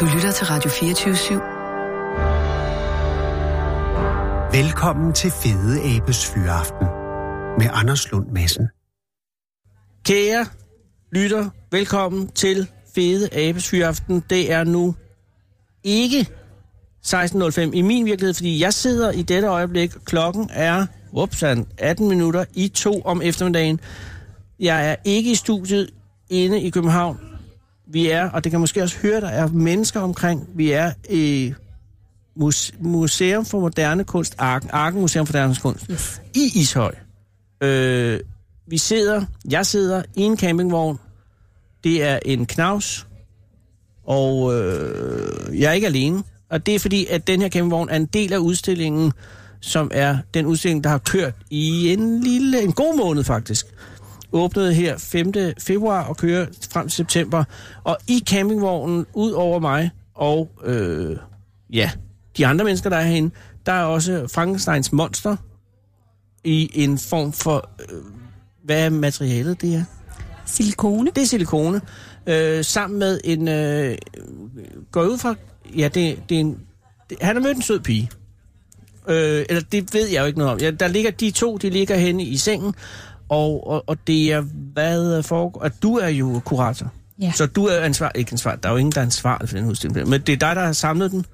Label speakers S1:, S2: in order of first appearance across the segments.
S1: Du lytter til Radio 24
S2: Velkommen til Fede Abes Fyraften med Anders Lund Madsen.
S3: Kære lytter, velkommen til Fede Abes Fyraften. Det er nu ikke 16.05 i min virkelighed, fordi jeg sidder i dette øjeblik. Klokken er upsan, 18 minutter i to om eftermiddagen. Jeg er ikke i studiet inde i København. Vi er, og det kan måske også høre, der er mennesker omkring. Vi er i Muse- Museum for Moderne Kunst, Arken, Arken Museum for Moderne Kunst, yes. i Ishøj. Øh, vi sidder, jeg sidder i en campingvogn. Det er en knaus, og øh, jeg er ikke alene. Og det er fordi, at den her campingvogn er en del af udstillingen, som er den udstilling, der har kørt i en lille, en god måned faktisk. Åbnede her 5. februar og kører frem til september. Og i campingvognen, ud over mig og øh, ja, de andre mennesker, der er herinde, der er også Frankensteins monster i en form for øh, hvad er materialet det er?
S4: Silikone.
S3: Det er silikone. Øh, sammen med en... Øh, går jeg ud fra... Ja, det, det er en... Det, han har mødt en sød pige. Øh, eller det ved jeg jo ikke noget om. Ja, der ligger de to, de ligger henne i sengen. Og, og, og det er, hvad foregår... At du er jo kurator.
S4: Ja.
S3: Så du er ansvar, ikke ansvar, der er jo ingen, der er ansvarlig for den udstilling. Men det er dig, der har samlet den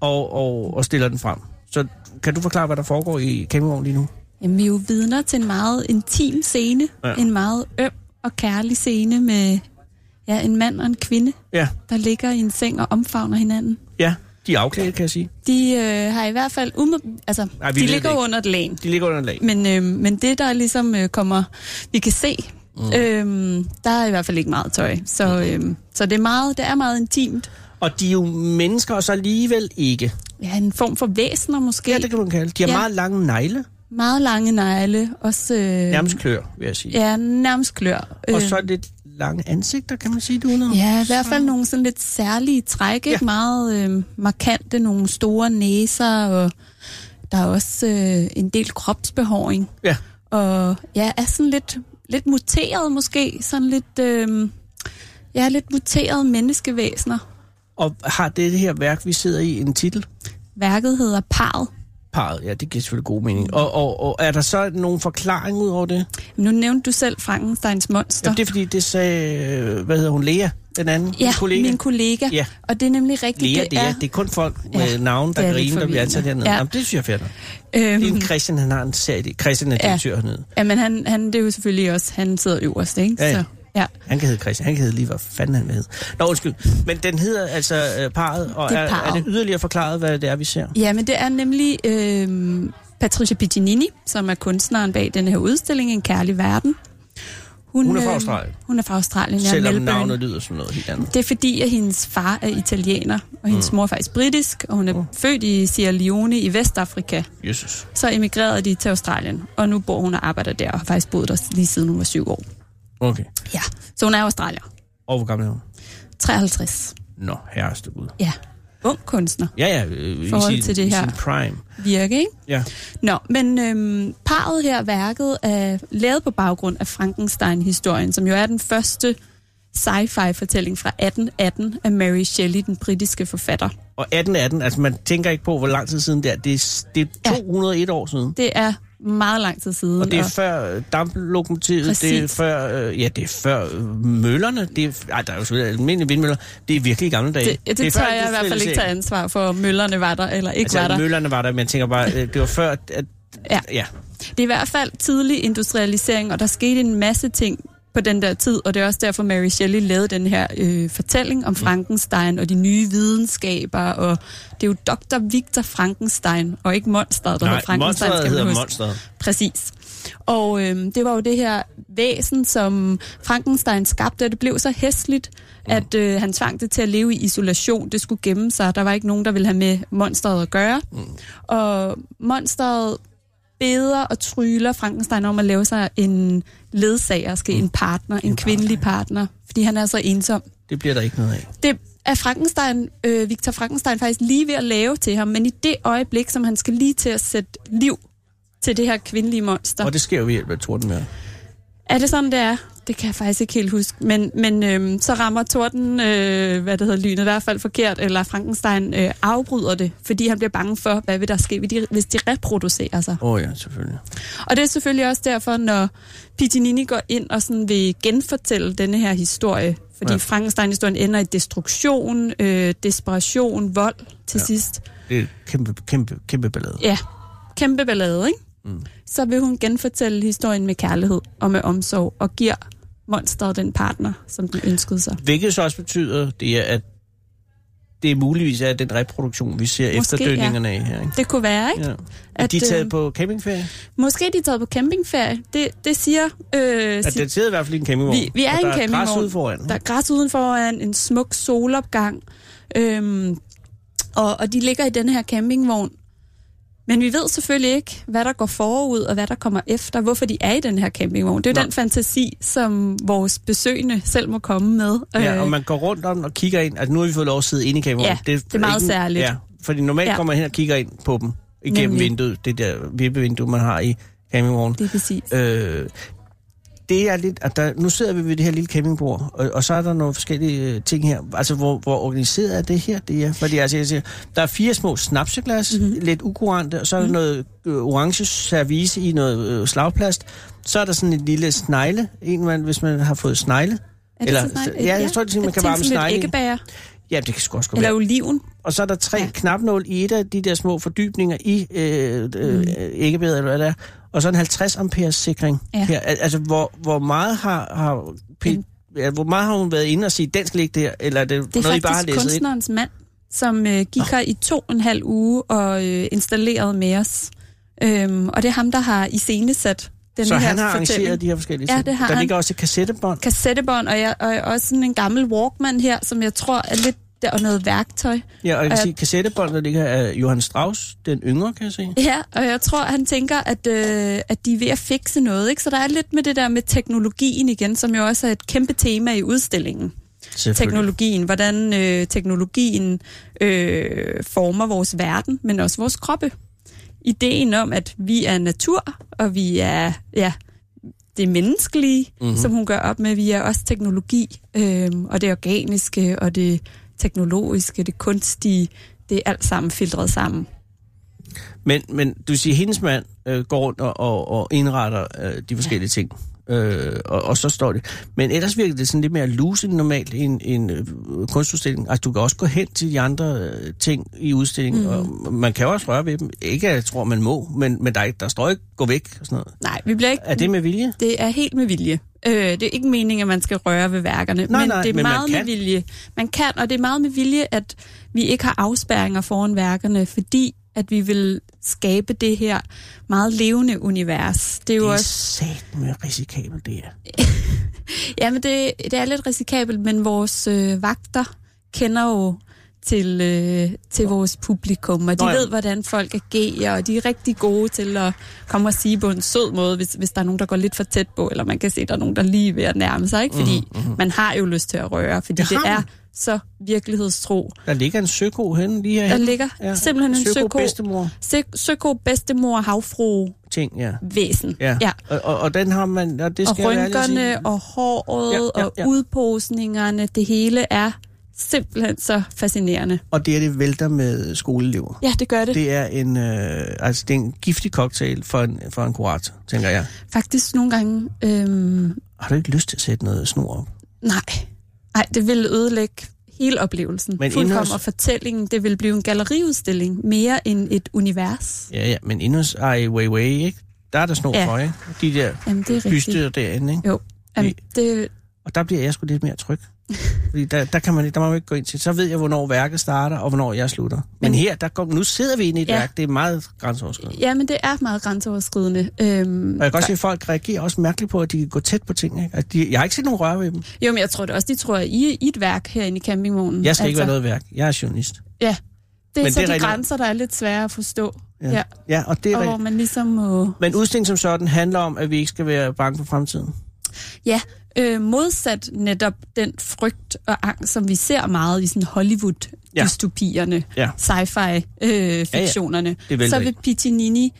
S3: og, og, og stiller den frem. Så kan du forklare, hvad der foregår i campingvognen lige nu?
S4: Jamen, vi er jo vidner til en meget intim scene.
S3: Ja.
S4: Ja. En meget øm og kærlig scene med ja, en mand og en kvinde,
S3: Ja,
S4: der ligger i en seng og omfavner hinanden.
S3: ja. De er afklædt, kan jeg sige.
S4: De øh, har i hvert fald... Ume, altså,
S3: Nej,
S4: Nej,
S3: vi
S4: de
S3: ved det
S4: ligger
S3: ikke.
S4: jo under et læn.
S3: De ligger under en lag.
S4: Men, øh, men det, der ligesom øh, kommer... Vi kan se, mm. øh, der er i hvert fald ikke meget tøj. Så,
S3: Mm.
S4: øh, så det, er meget, det er meget intimt.
S3: Og de er jo mennesker, og så alligevel ikke.
S4: Ja, en form for væsener måske.
S3: Ja, det kan man kalde. De har ja.
S4: Ja.
S3: meget lange negle.
S4: Meget lange negle. Også, øh,
S3: Nærmest klør, vil jeg sige.
S4: Ja, nærmest klør. Øh,
S3: Og så lidt lange ansigter, kan man sige, du noget?
S4: Ja, i hvert fald nogle sådan lidt særlige træk, ikke?
S3: Ja.
S4: Ja. Meget øh, markante, nogle store næser, og der er også øh, en del kropsbehåring.
S3: Ja.
S4: Og ja, er sådan lidt, lidt muteret måske, sådan lidt, øh, ja, lidt muterede menneskevæsener.
S3: Og har det her værk, vi sidder i, en titel?
S4: Værket hedder Parret.
S3: Parret, ja, det giver selvfølgelig god mening. Og, og, og er der så nogen forklaring ud over det?
S4: Nu nævnte du selv Frankensteins monster.
S3: Jamen, det er fordi, det sagde, øh, hvad hedder hun, Lea, den anden
S4: ja,
S3: kollega.
S4: min kollega.
S3: Ja.
S4: Og det er nemlig rigtigt.
S3: Lea, det er, det er kun folk med
S4: Ja,
S3: navne,
S4: det
S3: der
S4: er lidt
S3: griner, der bliver ansat
S4: forvirrende.
S3: hernede.
S4: Ja.
S3: Jamen, det synes jeg er fedt. Det
S4: øhm,
S3: er en Christian, han har en serie. Christian er
S4: Ja.
S3: direktør hernede.
S4: Jamen, han, han, det er jo selvfølgelig også, han sidder øverst, ikke?
S3: Ja, ja.
S4: Så, ja.
S3: Han kan hedde Christian, han kan hedde lige, hvad fanden han vil hedde. Nå, undskyld. Men den hedder altså øh, Parret, og
S4: Det
S3: er,
S4: er
S3: er,
S4: Parret.
S3: det yderligere forklaret, hvad det er, vi ser?
S4: Ja, men det er nemlig øh, Patricia Piccinini, som er kunstneren bag den her udstilling, En kærlig verden.
S3: Hun er fra
S4: øh,
S3: Australien.
S4: Hun er fra Australien, ja,
S3: Selvom
S4: Melbourne.
S3: navnet lyder som noget helt andet.
S4: Det er fordi, at hendes far er italiener, og hendes
S3: Mm.
S4: mor er faktisk britisk, og hun er født i Sierra Leone i Vestafrika.
S3: Jesus.
S4: Så emigrerede de til Australien, og nu bor hun og arbejder der, og har faktisk boet der lige siden hun var syv år.
S3: Okay.
S4: Ja, så hun er australier.
S3: Og hvor gammel er hun?
S4: 53.
S3: Nå, herreste Gud.
S4: Ja, ung kunstner.
S3: Ja, ja, øh, i
S4: Forhold
S3: sin,
S4: til det
S3: i
S4: her.
S3: sin prime.
S4: Virke, ikke?
S3: Ja.
S4: Nå, men øhm, parret her, værket, er lavet på baggrund af Frankenstein-historien, som jo er den første sci-fi-fortælling fra 1818 af Mary Shelley, den britiske forfatter.
S3: Og 1818, altså man tænker ikke på, hvor lang tid siden det er. Det er, det er
S4: Ja.
S3: 201 år siden.
S4: Det er meget lang tid siden.
S3: Og det er før øh, damplokomotivet, det er
S4: Præcis.
S3: før, øh, ja, det er før øh, møllerne, det er, ej, der er jo selvfølgelig almindelige vindmøller, det er virkelig gamle dage.
S4: det, det, det
S3: før
S4: tør jeg i hvert fald ikke tage ansvar for, om møllerne var der eller ikke
S3: altså,
S4: altså, var der.
S3: møllerne var der, men jeg tænker bare, øh, det var før, at, at ja.
S4: Ja.
S3: ja.
S4: Det er i hvert fald tidlig industrialisering, og der skete en masse ting på den der tid, og det er også derfor, Mary Shelley lavede den her øh, fortælling
S3: Mm.
S4: om Frankenstein og de nye videnskaber, og det er jo Dr. Victor Frankenstein, og ikke monsteret, der
S3: Nej,
S4: hedder Frankenstein,
S3: monsteret
S4: skal man
S3: hedder
S4: huske.
S3: monsteret.
S4: Præcis. Og øh, det var jo det her væsen, som Frankenstein skabte, og det blev så hæsligt,
S3: Mm.
S4: at øh, han tvang det til at leve i isolation. Det skulle gemme sig. Der var ikke nogen, der ville have med monsteret at gøre. Mm. Og monsteret beder og tryller Frankenstein om at lave sig en ledsager, skal en partner, Mm. en, kvindelig partner, fordi han er så ensom.
S3: Det bliver der ikke noget af.
S4: Det er Frankenstein, øh, Victor Frankenstein faktisk lige ved at lave til ham, men i det øjeblik, som han skal lige til at sætte liv til det her kvindelige monster,
S3: Og det sker jo ved hjælp af tordenvejr.
S4: Er det sådan, det er? Det kan jeg faktisk ikke helt huske. Men, men øhm, så rammer torden, øh, hvad det hedder, lynet i hvert fald forkert, eller Frankenstein øh, afbryder det, fordi han bliver bange for, hvad vil der ske, hvis de, hvis de reproducerer sig.
S3: Åh oh, ja, selvfølgelig.
S4: Og det er selvfølgelig også derfor, når Pitinini går ind og sådan vil genfortælle denne her historie, fordi
S3: Ja.
S4: ja. Frankenstein-historien ender i destruktion, øh, desperation, vold
S3: Ja.
S4: til ja. sidst.
S3: Det er et kæmpe, kæmpe, kæmpe ballade.
S4: Ja, kæmpe ballade, ikke?
S3: Mm.
S4: Mm. Så vil hun genfortælle historien med kærlighed og med omsorg, og giver monsteret den partner, som den ønskede sig.
S3: Hvilket så også betyder, det er, at det muligvis er den reproduktion, vi ser
S4: Måske,
S3: efterdønningerne af her. Ikke?
S4: Det kunne være, ikke?
S3: Ja. At,
S4: At,
S3: de er taget
S4: øh,
S3: på campingferie?
S4: Måske de er taget på campingferie. Det, det siger... Øh,
S3: At
S4: sit-
S3: den sidder i hvert fald i en campingvogn.
S4: Vi- vi er
S3: og
S4: i en
S3: der er græs
S4: campingvogn.
S3: ude foran. ikke?
S4: Der er græs udenfor, en, en smuk solopgang. Øhm, og, og de ligger i den her campingvogn. Men vi ved selvfølgelig ikke, hvad der går forud og hvad der kommer efter, hvorfor de er i den her campingvogn. Det er jo
S3: Nej.
S4: den fantasi, som vores besøgende selv må komme med.
S3: Ja, og man går rundt om den og kigger ind. Altså, nu har vi fået lov at sidde inde i kameraet.
S4: Øh. Ja, det er meget
S3: ikke-
S4: særligt.
S3: Ja, fordi normalt ja.
S4: Ja.
S3: kommer man hen og kigger ind på dem igennem Nemlig.
S4: Nemlig.
S3: vinduet, det der vippevindue, man har i campingvognen.
S4: Det er præcis.
S3: Øh, det er lidt, at der, nu sidder vi ved det her lille campingbord, og, og så er der nogle forskellige øh, ting her. Altså, hvor, hvor organiseret er det her? Det er, fordi altså, jeg siger, der er fire små snapseglas,
S4: Mhm.
S3: mm-hmm. lidt ukurante, og så er der mm-hmm. noget øh, orange service i noget øh, slagplast. Så er der sådan en lille snegle, en man, hvis man har fået snegle.
S4: Er det
S3: Eller-
S4: så snart?
S3: ja, jeg tror, det er sådan, man kan varme
S4: sådan lidt
S3: snegle i.
S4: æggebær
S3: Ja, det kan sgu også godt
S4: eller
S3: være.
S4: oliven.
S3: Og så er der tre ja.
S4: Ja.
S3: knapnål i et af de der små fordybninger i øh, øh, mm. æggebedet, eller hvad det er. Og så en 50 ampere sikring ja.
S4: Ja.
S3: her. Al- Altså, hvor, hvor meget har, har P-
S4: Mm.
S3: ja, hvor meget har hun været inde og sige, den skal ligge der, eller er det,
S4: Det er
S3: noget, I
S4: faktisk
S3: bare har læst ind?
S4: kunstnerens mand, som øh, gik her i to og en halv uge og øh, installerede med os. Øhm, og det er ham, der har iscenesat den
S3: Så
S4: her
S3: han har arrangeret
S4: fortælling.
S3: de her forskellige
S4: Ja,
S3: ting.
S4: det har
S3: Der
S4: han.
S3: ligger også et kassettebånd.
S4: Kassettebånd, og, jeg, og også sådan en gammel Walkman her, som jeg tror er lidt der, og noget værktøj.
S3: Ja, og jeg kan
S4: Ja.
S3: sige, kassettebåndet ligger af Johann Strauss, den yngre, kan jeg se.
S4: Ja, og jeg tror, han tænker, at, øh, at de er ved at fikse noget. Ikke? Så der er lidt med det der med teknologien igen, som jo også er et kæmpe tema i udstillingen.
S3: Selvfølgelig.
S4: teknologien, hvordan øh, teknologien øh, former vores verden, men også vores kroppe. Ideen om, at vi er natur, og vi er ja, det menneskelige,
S3: Mhm.
S4: mm-hmm. som hun gør op med, vi er også teknologi, øh, og det organiske, og det teknologiske, det kunstige, det er alt sammen filtreret sammen.
S3: Men, men du siger, hendes mand øh, går rundt og, og, og indretter øh, de forskellige ja. ting. Øh, og, og så står det. Men ellers virker det sådan lidt mere loose end normalt i en, en øh, kunstudstilling. Altså, du kan også gå hen til de andre øh, ting i udstillingen,
S4: Mhm.
S3: mm. og man kan jo også røre ved dem. Ikke, at jeg tror, man må, men, men der, er ikke- der står ikke, gå væk og sådan noget.
S4: Nej, vi bliver ikke...
S3: Er det med vilje?
S4: Det er helt med vilje. Øh, det er ikke meningen, at man skal røre ved værkerne,
S3: Nej,
S4: men
S3: nej,
S4: det er
S3: men man
S4: meget
S3: kan.
S4: med vilje. Man kan, og det er meget med vilje, at vi ikke har afspærringer foran værkerne, fordi at vi vil skabe det her meget levende univers. Det er jo
S3: Det er
S4: også...
S3: sat med risikabelt, det er.
S4: Jamen, det, det er lidt risikabelt, men vores øh, vagter kender jo til, øh, til vores publikum, og de
S3: Nå ja.
S4: ved, hvordan folk agerer, og de er rigtig gode til at komme og sige på en sød måde, hvis, hvis der er nogen, der går lidt for tæt på, eller man kan se, der er nogen, der lige er ved at nærme sig, ikke? fordi mm-hmm. man har jo lyst til at røre, fordi
S3: Mhm, Det
S4: det,
S3: har
S4: det er
S3: man.
S4: så virkelighedstro.
S3: Der ligger en søko henne lige her.
S4: Der ligger simpelthen en søko,
S3: bedstemor
S4: sø- søko bedstemor, havfru,
S3: ting, ja.
S4: væsen.
S3: ja.
S4: Ja.
S3: Og, og, og, den har man, og det
S4: og
S3: skal jeg være ærlig at sige.
S4: rynkerne og håret
S3: Ja,
S4: ja,
S3: ja,
S4: ja,
S3: ja.
S4: og udposningerne, det hele er simpelthen så fascinerende.
S3: og det er det vælter med skoleelever.
S4: Ja, det gør det. det.
S3: Det er en, øh, altså, det er en giftig cocktail for en, for en kurator, tænker jeg.
S4: Faktisk nogle gange, øhm,
S3: Har du ikke lyst til at sætte noget snor op?
S4: nej. Nej, det vil ødelægge hele oplevelsen.
S3: Men
S4: Men Fuldkommen
S3: indholds-
S4: og fortællingen, det vil blive en galleriudstilling mere end et univers.
S3: Ja, ja, men inde hos Ai Weiwei, ikke? Der er der snor ja.
S4: Ja.
S3: for, ikke? De der
S4: Jamen, det er rigtigt.
S3: byster derinde, ikke?
S4: Jo. Jamen, det,
S3: Og der bliver jeg sgu lidt mere tryg. Fordi der, der, kan man, ikke- der må man ikke gå ind til. Så ved jeg, hvornår værket starter, og hvornår jeg slutter. Men, men
S4: Men-
S3: her, der går, nu sidder vi inde i et ja.
S4: Ja.
S3: værk. Det er meget grænseoverskridende.
S4: ja, men det er meget grænseoverskridende. Øhm,
S3: Og jeg kan også se, at folk reagerer også mærkeligt på, at de kan gå tæt på ting. Ikke? Altså, de, jeg har ikke set nogen røre ved dem.
S4: Jo, men jeg tror det også, de tror, at I er i et værk herinde i campingvognen.
S3: Jeg skal altså. ikke være noget værk. Jeg er journalist.
S4: Ja, det er
S3: Men
S4: så
S3: det er
S4: det er de
S3: rigtig-
S4: grænser, der er lidt svære at forstå.
S3: Ja.
S4: Ja. ja.
S3: Ja, og det er
S4: Og
S3: rigtigt.
S4: hvor man ligesom må...
S3: Men udstillingen som sådan handler om, at vi ikke skal være bange for fremtiden.
S4: Ja, øh, modsat netop den frygt og angst, som vi ser meget i sådan Hollywood-dystopierne,
S3: Ja.
S4: sci-fi-fiktionerne, øh, fiktionerne,
S3: Det er vel
S4: så
S3: rigtigt.
S4: vil Pitinini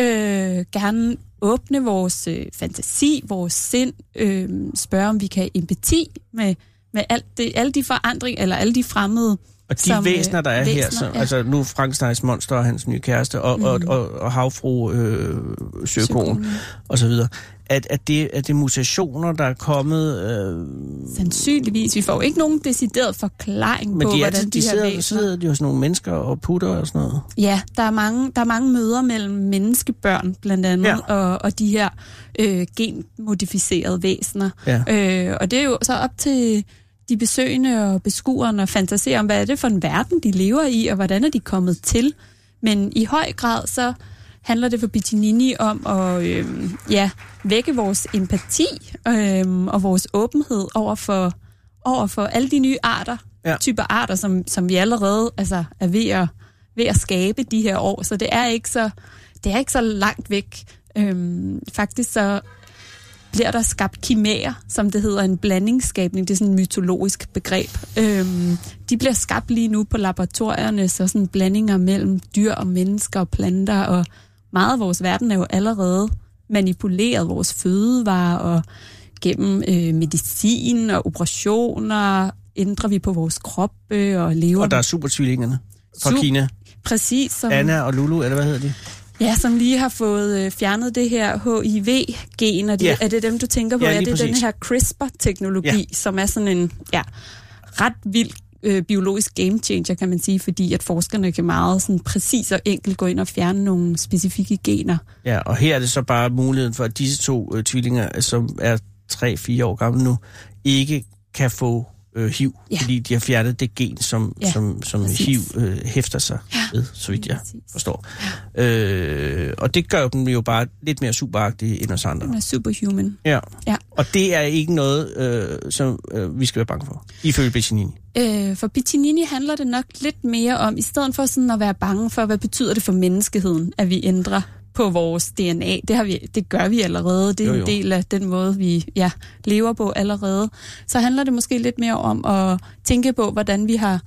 S4: øh, gerne åbne vores øh, fantasi, vores sind, øh, spørge om vi kan have empati med, med alt det, alle de forandringer, eller alle de fremmede.
S3: Og de
S4: som, øh,
S3: væsener, der er her,
S4: væsener,
S3: så,
S4: ja.
S3: altså nu Frankensteins monster og hans nye kæreste, og, mm. og, og, og havfru øh, Søkoen, og så videre, at, at, det, at det er mutationer, der er kommet, øh,
S4: Sandsynligvis. Vi får jo ikke nogen decideret forklaring
S3: men
S4: på,
S3: de, er,
S4: hvordan
S3: de,
S4: de,
S3: de
S4: her
S3: sidder,
S4: væsener...
S3: sidder de hos nogle mennesker og putter og sådan noget.
S4: Ja, der er mange, der er mange møder mellem menneskebørn, blandt andet,
S3: Ja.
S4: ja. og, og de her øh, genmodificerede væsener.
S3: Ja.
S4: Øh, og det er jo så op til de besøgende og beskuerne at fantasere om, hvad er det for en verden, de lever i, og hvordan er de kommet til. Men i høj grad så handler det for Bitinini om at øh, ja, vække vores empati øh, og vores åbenhed over for, over for alle de nye arter,
S3: Ja.
S4: ja. typer arter, som, som vi allerede altså, er ved at, ved at skabe de her år. Så det er ikke så, det er ikke så langt væk. Øhm, faktisk så bliver der skabt kimærer, som det hedder, en blandingsskabning. Det er sådan et mytologisk begreb. Øhm, de bliver skabt lige nu på laboratorierne, så sådan blandinger mellem dyr og mennesker og planter, og meget af vores verden er jo allerede manipuleret, vores fødevarer, og gennem øh, medicin og operationer ændrer vi på vores kroppe og lever.
S3: Og der er supertvillingerne fra
S4: Sup-
S3: Kina.
S4: Præcis, som,
S3: Anna og Lulu, eller hvad hedder de?
S4: Ja, som lige har fået øh, fjernet det her HIV-gen, og det,
S3: Ja.
S4: ja. er det dem, du tænker på?
S3: Ja,
S4: er
S3: lige
S4: det den
S3: præcis.
S4: her CRISPR-teknologi,
S3: Ja.
S4: ja. som er sådan en ja, ret vild øh, biologisk game changer, kan man sige, fordi at forskerne kan meget sådan præcis og enkelt gå ind og fjerne nogle specifikke gener.
S3: Ja, og her er det så bare muligheden for, at disse to øh, tvillinger, som er 3-4 år gamle nu, ikke kan få øh, HIV, ja.
S4: Ja.
S3: fordi de har fjernet det gen, som, ja,
S4: Ja,
S3: som, som
S4: præcis.
S3: HIV øh, hæfter sig ja, ved, så vidt jeg
S4: præcis.
S3: forstår. Øh, og det gør jo dem jo bare lidt mere superagtige end os
S4: Den
S3: andre.
S4: er superhuman.
S3: Ja.
S4: Ja.
S3: Og det er ikke noget, øh, som øh, vi skal være bange for, ifølge Bettinini.
S4: Øh, for Bittinini handler det nok lidt mere om, i stedet for sådan at være bange for, hvad betyder det for menneskeheden, at vi ændrer på vores DNA. Det, har vi, det gør vi allerede. Det er
S3: Jo,
S4: jo, jo.
S3: jo.
S4: en del af den måde, vi ja, lever på allerede. Så handler det måske lidt mere om at tænke på, hvordan vi har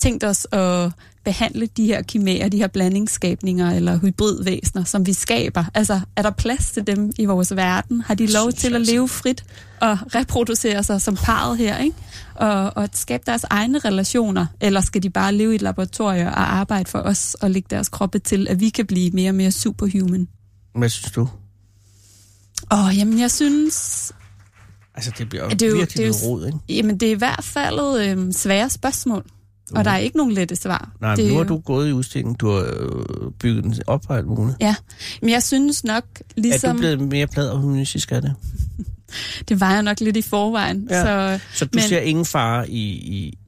S4: tænkt os at behandle de her kimærer, de her blandingsskabninger eller hybridvæsener, som vi skaber. Altså, er der plads til dem i vores verden? Har de lov
S3: synes
S4: til at
S3: altså.
S4: leve frit og reproducere sig som parret her, ikke? Og, og at skabe deres egne relationer, eller skal de bare leve i et laboratorium og arbejde for os og lægge deres kroppe til, at vi kan blive mere og mere superhuman?
S3: Hvad synes du?
S4: Åh, jamen jeg synes,
S3: Altså, det bliver jo
S4: Det er jo-
S3: virkelig
S4: det er jo-
S3: noget rod, ikke?
S4: Jamen, det er i hvert fald øh, svære spørgsmål, og der er ikke nogen lette svar.
S3: Uh. Nej,
S4: det,
S3: men
S4: er
S3: nu har
S4: jo-
S3: du gået i udstillingen, du har øh, bygget den op og alt muligt.
S4: Ja, men jeg synes nok,
S3: Er
S4: ligesom...
S3: du blevet mere pladerhumanistisk af det?
S4: Det var jeg nok lidt i forvejen,
S3: Ja.
S4: ja. så
S3: Så du men...
S4: Men-
S3: ser ingen fare i, i,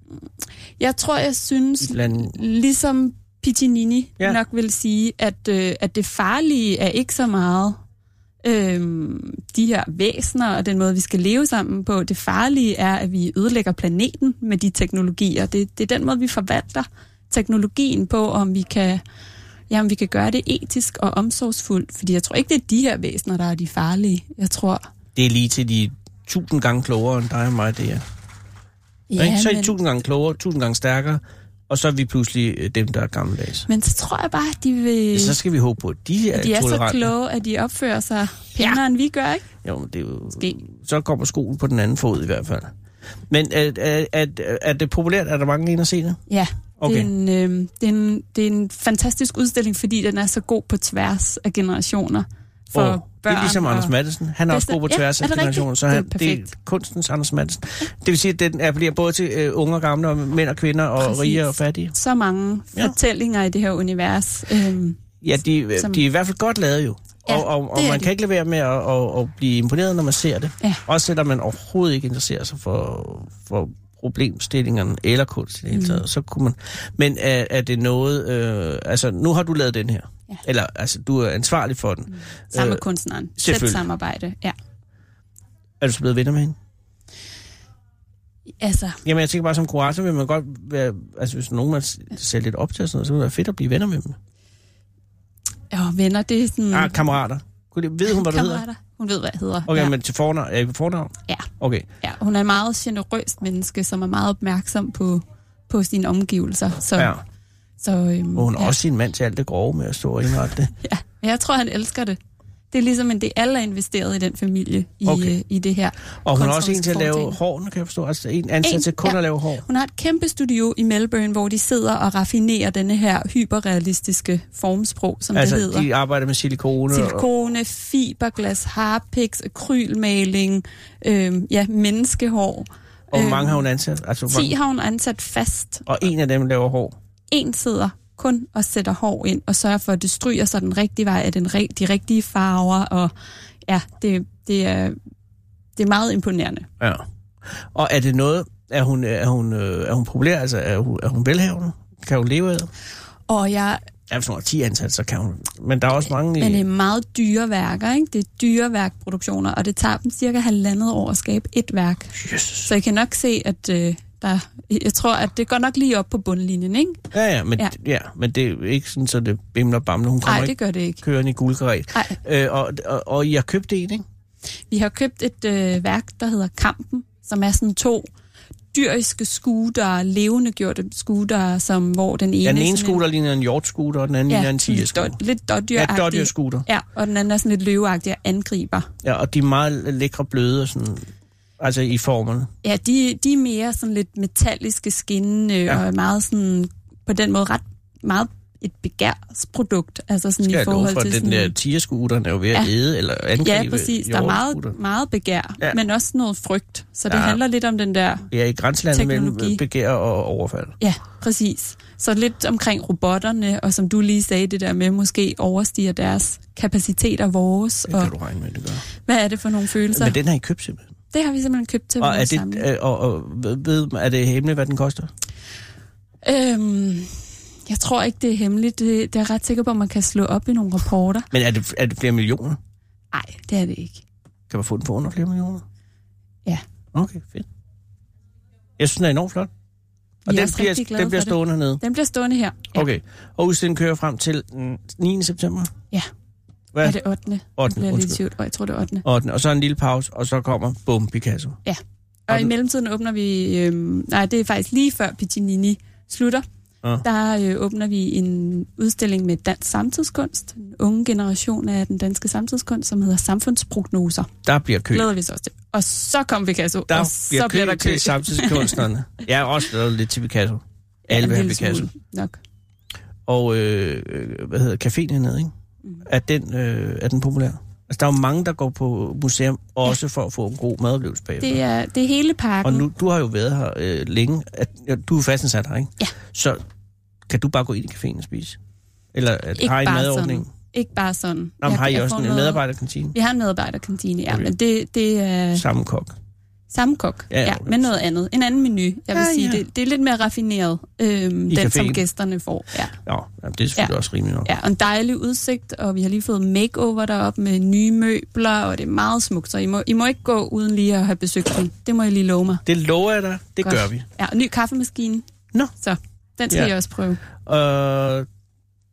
S4: jeg tror, jeg synes,
S3: i blandt...
S4: ligesom Piccinini
S3: Ja.
S4: ja. nok vil sige, at, øh, at det farlige er ikke så meget øh, de her væsener og den måde, vi skal leve sammen på. Det farlige er, at vi ødelægger planeten med de teknologier. Det, det er den måde, vi forvalter teknologien på, om vi kan ja, om vi kan gøre det etisk og omsorgsfuldt. Fordi jeg tror ikke, det er de her væsener, der er de farlige. Jeg tror...
S3: Det er lige til de tusind gange klogere end dig og mig, det er. Ja, ikke? Så er de tusind gange klogere, tusind gange stærkere, og så er vi pludselig øh, dem, der er gammeldags.
S4: men så tror jeg bare, at de vil...
S3: Ja, så skal vi håbe på, at de er,
S4: de er så
S3: tolerante.
S4: kloge, at de opfører sig pænere, ja. end vi gør, ikke?
S3: Jo, men det er jo...
S4: Måske.
S3: Så kommer skolen på den anden fod i hvert fald. Men øh, er, er, er, er det populært? Er der mange ind at se det?
S4: Ja,
S3: Okay.
S4: okay. det, er en, øh, det, er en, det er en fantastisk udstilling, fordi den er så god på tværs af generationer. For
S3: Åh,
S4: oh, børn
S3: det er ligesom Anders
S4: og,
S3: Madsen. Han er også
S4: Bedste-
S3: god på
S4: Ja,
S3: tværs
S4: er
S3: af
S4: det rigtigt?
S3: generationen, så
S4: Det er
S3: han, det er
S4: perfekt.
S3: kunstens Anders Madsen. Det vil sige, at den appellerer både til øh, unge og gamle, og mænd og kvinder, og
S4: Præcis.
S3: rige og fattige.
S4: Så mange
S3: Ja.
S4: fortællinger i det her univers. Øhm,
S3: Ja, de, øh,
S4: Som-
S3: de er i hvert fald godt lavet jo.
S4: Ja,
S3: og, og, og
S4: det er
S3: man
S4: de.
S3: kan ikke lade være med at, at, at blive imponeret, når man ser det.
S4: Ja.
S3: Også selvom man overhovedet ikke interesserer sig for, for problemstillingerne eller kunst i
S4: Mm.
S3: det hele taget. Så kunne man... Men er, er det noget... Øh, altså, nu har du lavet den her.
S4: Ja.
S3: Eller, altså, du er ansvarlig for den. Mm.
S4: sammen med
S3: Øh,
S4: kunstneren. Tæt
S3: selvfølgelig.
S4: samarbejde. Ja.
S3: Er du så blevet venner med hende?
S4: Altså,
S3: Jamen, jeg tænker bare, som kurator vil man godt være... Altså, hvis nogen man s- ser lidt op til og sådan noget, så ville det være fedt at blive venner med dem.
S4: jo, venner, det er sådan...
S3: Mm. Ah, kammerater. Kunne det- Ved hun, hvad du hedder?
S4: kammerater. Hun ved, hvad jeg hedder.
S3: Okay,
S4: ja.
S3: ja. men til fornavn. Er I på fornavn?
S4: Ja.
S3: Okay.
S4: ja, hun er et meget generøst menneske, som er meget opmærksom på, på sine omgivelser. Så,
S3: Ja.
S4: så, øhm,
S3: Må hun
S4: ja.
S3: også sin mand til alt det grove med at stå og indrette det?
S4: Ja, men jeg tror, han elsker det. Det er ligesom, at det alle er investeret i den familie i,
S3: Okay.
S4: okay. øh, i det her.
S3: Og hun er også en til at lave
S4: kunstneriske
S3: hårene, kan jeg forstå. Altså en ansat
S4: En,
S3: til kun
S4: ja.
S3: at lave hår.
S4: Hun har et kæmpe studio i Melbourne, hvor de sidder og raffinerer denne her hyperrealistiske formsprog, som
S3: altså,
S4: det hedder.
S3: de arbejder med silikone. og-
S4: Silikone, fiberglas, harpiks, akrylmaling, øh, ja, menneskehår.
S3: Og hvor
S4: Øhm,
S3: mange har hun ansat? Altså, hvor
S4: 10
S3: mange,
S4: har hun ansat fast.
S3: og en af dem laver hår.
S4: En sidder kun og sætter hår ind og sørger for, at det stryger sig den rigtige vej af den, ri- de rigtige farver. Og ja, det, det, er, det er meget imponerende.
S3: Ja. Og er det noget, er hun, er hun, øh, er hun populær? Altså, er hun, er hun velhavende? Kan hun leve af det?
S4: Og jeg
S3: Ja, hvis hun har 10 ansat, så kan hun. Men der er også mange...
S4: Men øhm, det er
S3: I,
S4: meget dyre værker, ikke? Det er dyre værkproduktioner, og det tager dem cirka halvandet år at skabe et værk.
S3: Jesus.
S4: Så I kan nok se, at øh, der, jeg tror, at det går nok lige op på bundlinjen, ikke?
S3: Ja, ja, men, ja.
S4: Ja.
S3: ja, men det er ikke sådan, så det bimler og bamler. Hun kommer Ej,
S4: Nej,
S3: det...
S4: det
S3: ikke
S4: gør det ikke.
S3: kørende i guldgræ.
S4: Ej,
S3: Øh, og, og, og I har købt en, ikke?
S4: vi har købt et øh, værk, der hedder Kampen, som er sådan to dyriske skuter, levende gjorte skuter, som hvor den ene...
S3: Ja, den ene
S4: er sådan en-
S3: scooter ligner en hjortscooter, og den anden ja, ligner en
S4: sådan lidt
S3: tigerscooter.
S4: dot- Lidt
S3: Ja,
S4: dodgyr
S3: dodgyr-scooter.
S4: Ja, og den anden er sådan lidt løveagtig og angriber.
S3: Ja, og de er meget lækre bløde og sådan, altså i formerne.
S4: Ja, de, de er mere sådan lidt metalliske skinnende,
S3: Ja.
S4: ja. og meget sådan, på den måde ret meget et begærsprodukt, altså sådan
S3: Skal
S4: i
S3: jeg love
S4: forhold
S3: for,
S4: til
S3: at den
S4: sådan...
S3: der tigerscooter er jo ved at
S4: Ja.
S3: æde eller angribe
S4: ja, præcis. Der er meget,
S3: hjortscooteren.
S4: meget begær,
S3: Ja.
S4: ja. men også noget frygt. Så det
S3: Ja.
S4: ja. handler lidt om den der...
S3: Ja, i grænselandet mellem
S4: teknologi.
S3: øh, begær og overfald.
S4: Ja, præcis. Så lidt omkring robotterne, og som du lige sagde, det der med, måske overstiger deres kapaciteter vores,
S3: Det
S4: og
S3: kan du regne med, det gør.
S4: hvad er det for nogle følelser?
S3: Men
S4: Det...
S3: den har I købt simpelthen.
S4: det har vi simpelthen købt til
S3: Og er,
S4: vores
S3: det,
S4: samling.
S3: øh, og, og ved- ved, er det hemmeligt, hvad den koster? øh-
S4: Øhm, jeg tror ikke, det er hemmeligt. Det, det er jeg ret sikker på, at man kan slå op i nogle rapporter.
S3: Men er det, er det flere millioner?
S4: Nej, det er det ikke.
S3: Kan man få den for under flere millioner?
S4: Ja.
S3: Okay, fedt. Jeg synes, den er enormt flot. Og
S4: Vi er
S3: den
S4: også
S3: bliver,
S4: rigtig glade
S3: den bliver
S4: for det.
S3: stående hernede.
S4: Den bliver stående her.
S3: Ja. Okay. Og udstillingen kører frem til den 9. september?
S4: Ja.
S3: Hvad?
S4: Er det 8. 8. Jeg
S3: 8.
S4: bliver lidt i
S3: Undskyld.
S4: tvivl. Og jeg tror, det er 8.
S3: 8. Og så en lille pause, og så kommer, bum, Picasso.
S4: Og i
S3: den-
S4: mellemtiden åbner vi... Øhm, nej, det er faktisk lige før Piccinini slutter.
S3: Ja.
S4: Der øh, åbner vi en udstilling med dansk samtidskunst. Den unge generation af den danske samtidskunst, som hedder Samfundsprognoser.
S3: Der bliver kø.
S4: Glæder vi os også til. Og så kom Picasso,
S3: Der
S4: og
S3: bliver
S4: så
S3: kø,
S4: bliver der kø.
S3: til samtidskunstnerne. Jeg er også lavet lidt til Picasso. Alle vil
S4: En
S3: have
S4: lille
S3: Picasso.
S4: smule Nok.
S3: Og, øh, øh, hvad hedder, caféen hernede, ikke?
S4: Mm-hmm.
S3: Er den, øh, er den populær? Altså, der er jo mange, der går på museum, også for at få en god madoplevelse bagefter.
S4: Det er, det er hele
S3: Og
S4: pakken.
S3: nu, du har jo været her øh, længe. At, ja, du er fastansat her, ikke?
S4: Ja.
S3: Så kan du bare gå ind i caféen og spise? Eller at,
S4: Ikke
S3: har I en
S4: bare
S3: madordning?
S4: sådan. Ikke bare sådan.
S3: Jamen,
S4: Jeg-
S3: har I
S4: jeg
S3: også
S4: får
S3: en
S4: noget-
S3: medarbejderkantine?
S4: Vi har en medarbejderkantine, ja,
S3: Okay.
S4: okay. men det, det er...
S3: Samme kok.
S4: Samme kok,
S3: Ja,
S4: ja,
S3: ja,
S4: ja, ja,
S3: okay.
S4: men noget andet. En anden menu, jeg vil
S3: Ja,
S4: ja, sige.
S3: ja.
S4: Ja. Det, det er lidt mere raffineret, øhm,
S3: I
S4: den som
S3: caféen.
S4: gæsterne får. Ja.
S3: Ja, jamen, det er selvfølgelig ja.
S4: Ja.
S3: også rimeligt nok. Ja.
S4: ja, og en dejlig udsigt, og vi har lige fået makeover deroppe med nye møbler, og det er meget smukt, så I må, I må ikke gå uden lige at have besøgt den. Det må I lige love mig.
S3: Det lover jeg dig. Det Godt.
S4: Godt.
S3: gør vi.
S4: Ja, og ny kaffemaskine.
S3: Nå.
S4: Så, den skal
S3: Ja.
S4: ja. I også prøve.
S3: Og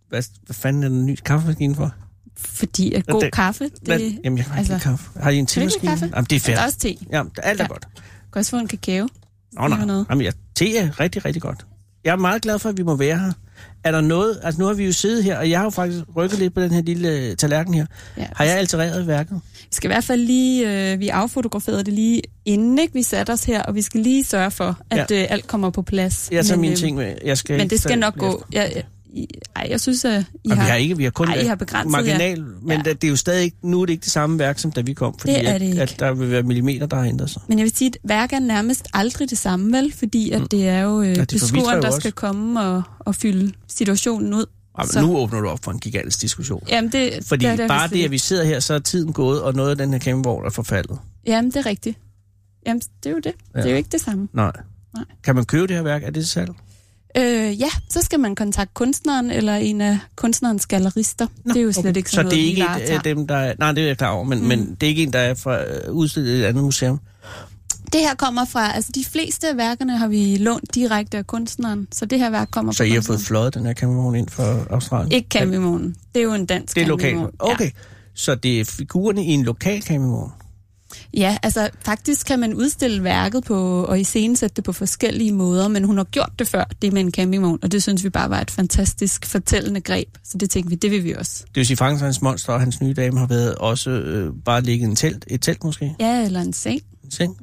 S3: hvad, hvad fanden er den nye kaffemaskine for?
S4: Fordi at god
S3: Det-
S4: det, kaffe,
S3: Hvad,
S4: det
S3: jamen, jeg kan altså,
S4: altså-
S3: ikke lide kaffe. Har I en
S4: du ikke lide
S3: temaskine?
S4: kaffe? Altså,
S3: Jamen, det er
S4: er
S3: fair.
S4: også te.
S3: Jamen, alt er
S4: Ja.
S3: godt.
S4: Du kan også få en kakao.
S3: Nå, nej.
S4: Det er noget.
S3: Jamen, jeg, te er rigtig, rigtig godt. Jeg er meget glad for, at vi må være her. Er der noget... Altså, nu har vi jo siddet her, og jeg har jo faktisk rykket lidt på den her lille øh, tallerken her.
S4: Ja.
S3: Har jeg altereret værket?
S4: Vi skal i hvert fald lige, øh, vi affotograferede det lige inden, ikke? Vi satte os her, og vi skal lige sørge for, at ja. øh, alt kommer på plads.
S3: Jeg tager
S4: Men,
S3: mine
S4: øh,
S3: ting med. Jeg skal
S4: Men
S3: ikke
S4: det skal
S3: tage
S4: nok
S3: flere.
S4: gå. Jeg, jeg, I- ej, jeg synes, at I
S3: Jamen,
S4: har...
S3: vi har ikke, vi har kun
S4: Ej, I
S3: været
S4: har begrænset jer.
S3: marginal, men
S4: Ja.
S3: ja. det er jo stadig ikke, nu er det ikke det samme værk, som da vi kom, fordi
S4: Det er det
S3: at,
S4: ikke.
S3: at der vil være millimeter, der har ændret sig.
S4: Men jeg vil sige, at værk er nærmest aldrig det samme, vel? Fordi at det er jo øh,
S3: Mm. forvitrer
S4: ja,
S3: jo
S4: beskueren, der
S3: også.
S4: skal komme og, og fylde situationen ud.
S3: Jamen,
S4: Så-
S3: nu åbner du op for en gigantisk diskussion.
S4: Jamen, det,
S3: Fordi
S4: det er
S3: bare
S4: vist
S3: det, at
S4: ikke.
S3: vi sidder her, så er tiden gået, og noget af den her kæmpevogn er forfaldet.
S4: Jamen, det er rigtigt. Jamen, det er jo det. Ja. Det er jo ikke det samme.
S3: Nej.
S4: Nej.
S3: Kan man købe det her værk? Er det til salg?
S4: Øh, ja, så skal man kontakte kunstneren eller en af kunstnerens gallerister. Nå, det er jo slet okay. ikke
S3: Så
S4: sådan
S3: det er
S4: noget, vi
S3: ikke et øh,
S4: varetager.
S3: af dem, der er, Nej, det er jeg klar over, men, mm. men det er ikke en, der er fra, øh, udstillet i et andet museum.
S4: Det her kommer fra, altså de fleste af værkerne har vi lånt direkte af kunstneren, så det her værk kommer
S3: Så
S4: fra
S3: I har fået
S4: kunstneren.
S3: fløjet den her kæmpevogn ind fra Australien?
S4: Ikke Camimonen. Det er jo en dansk
S3: det er lokalt.
S4: Camimoen. Ja.
S3: Okay, så det er figurerne i en lokal kæmpevogn.
S4: Ja, altså faktisk kan man udstille værket på, og iscenesætte det på forskellige måder, men hun har gjort det før, det med en campingvogn, og det synes vi bare var et fantastisk fortællende greb, så det tænkte vi, det vil vi også.
S3: Det vil sige, Frankensteins monster og hans nye dame har været også øh, bare ligget i en telt. Et telt måske?
S4: Ja, eller en seng,
S3: En
S4: Mm.
S3: seng?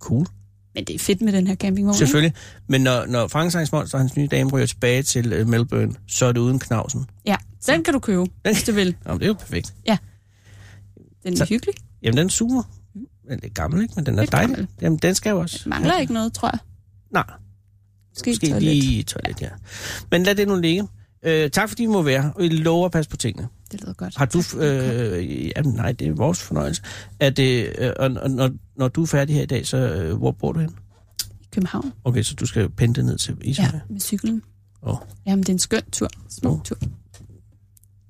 S3: Cool.
S4: men det er fedt med den her campingvogn. ikke?
S3: Selvfølgelig. Men når, når Frankensteins monster og hans nye dame ryger tilbage til øh, Melbourne, så er det uden knavsen.
S4: Ja, den kan du købe, hvis du vil.
S3: Jamen, det er jo perfekt.
S4: Den er
S3: Så-
S4: hyggelig.
S3: Jamen, den suger. Den er gammel, ikke? Men den er
S4: Lidt
S3: dejlig.
S4: Mm. gammel.
S3: Jamen, den skal jo også.
S4: Mangler
S3: ja.
S4: ikke noget, tror jeg.
S3: Nej, måske
S4: Måske, Måske toilet. Lige...
S3: lige i toilet, ja. Men lad det nu ligge. Øh, tak fordi vi må være, og vi lover at passe på tingene.
S4: Det lyder godt.
S3: Har du...
S4: Tak, fordi kom.
S3: Øh, jamen, nej, det er vores fornøjelse. Er det, øh, og, og når, når du er færdig her i dag, så øh, hvor bor du hen?
S4: I København,
S3: Okay, så du skal pendle ned til
S4: ja,
S3: Ishøj. Ja.
S4: med cyklen.
S3: Åh.
S4: Jamen, det er en skøn tur. Smuk
S3: Åh.
S4: tur.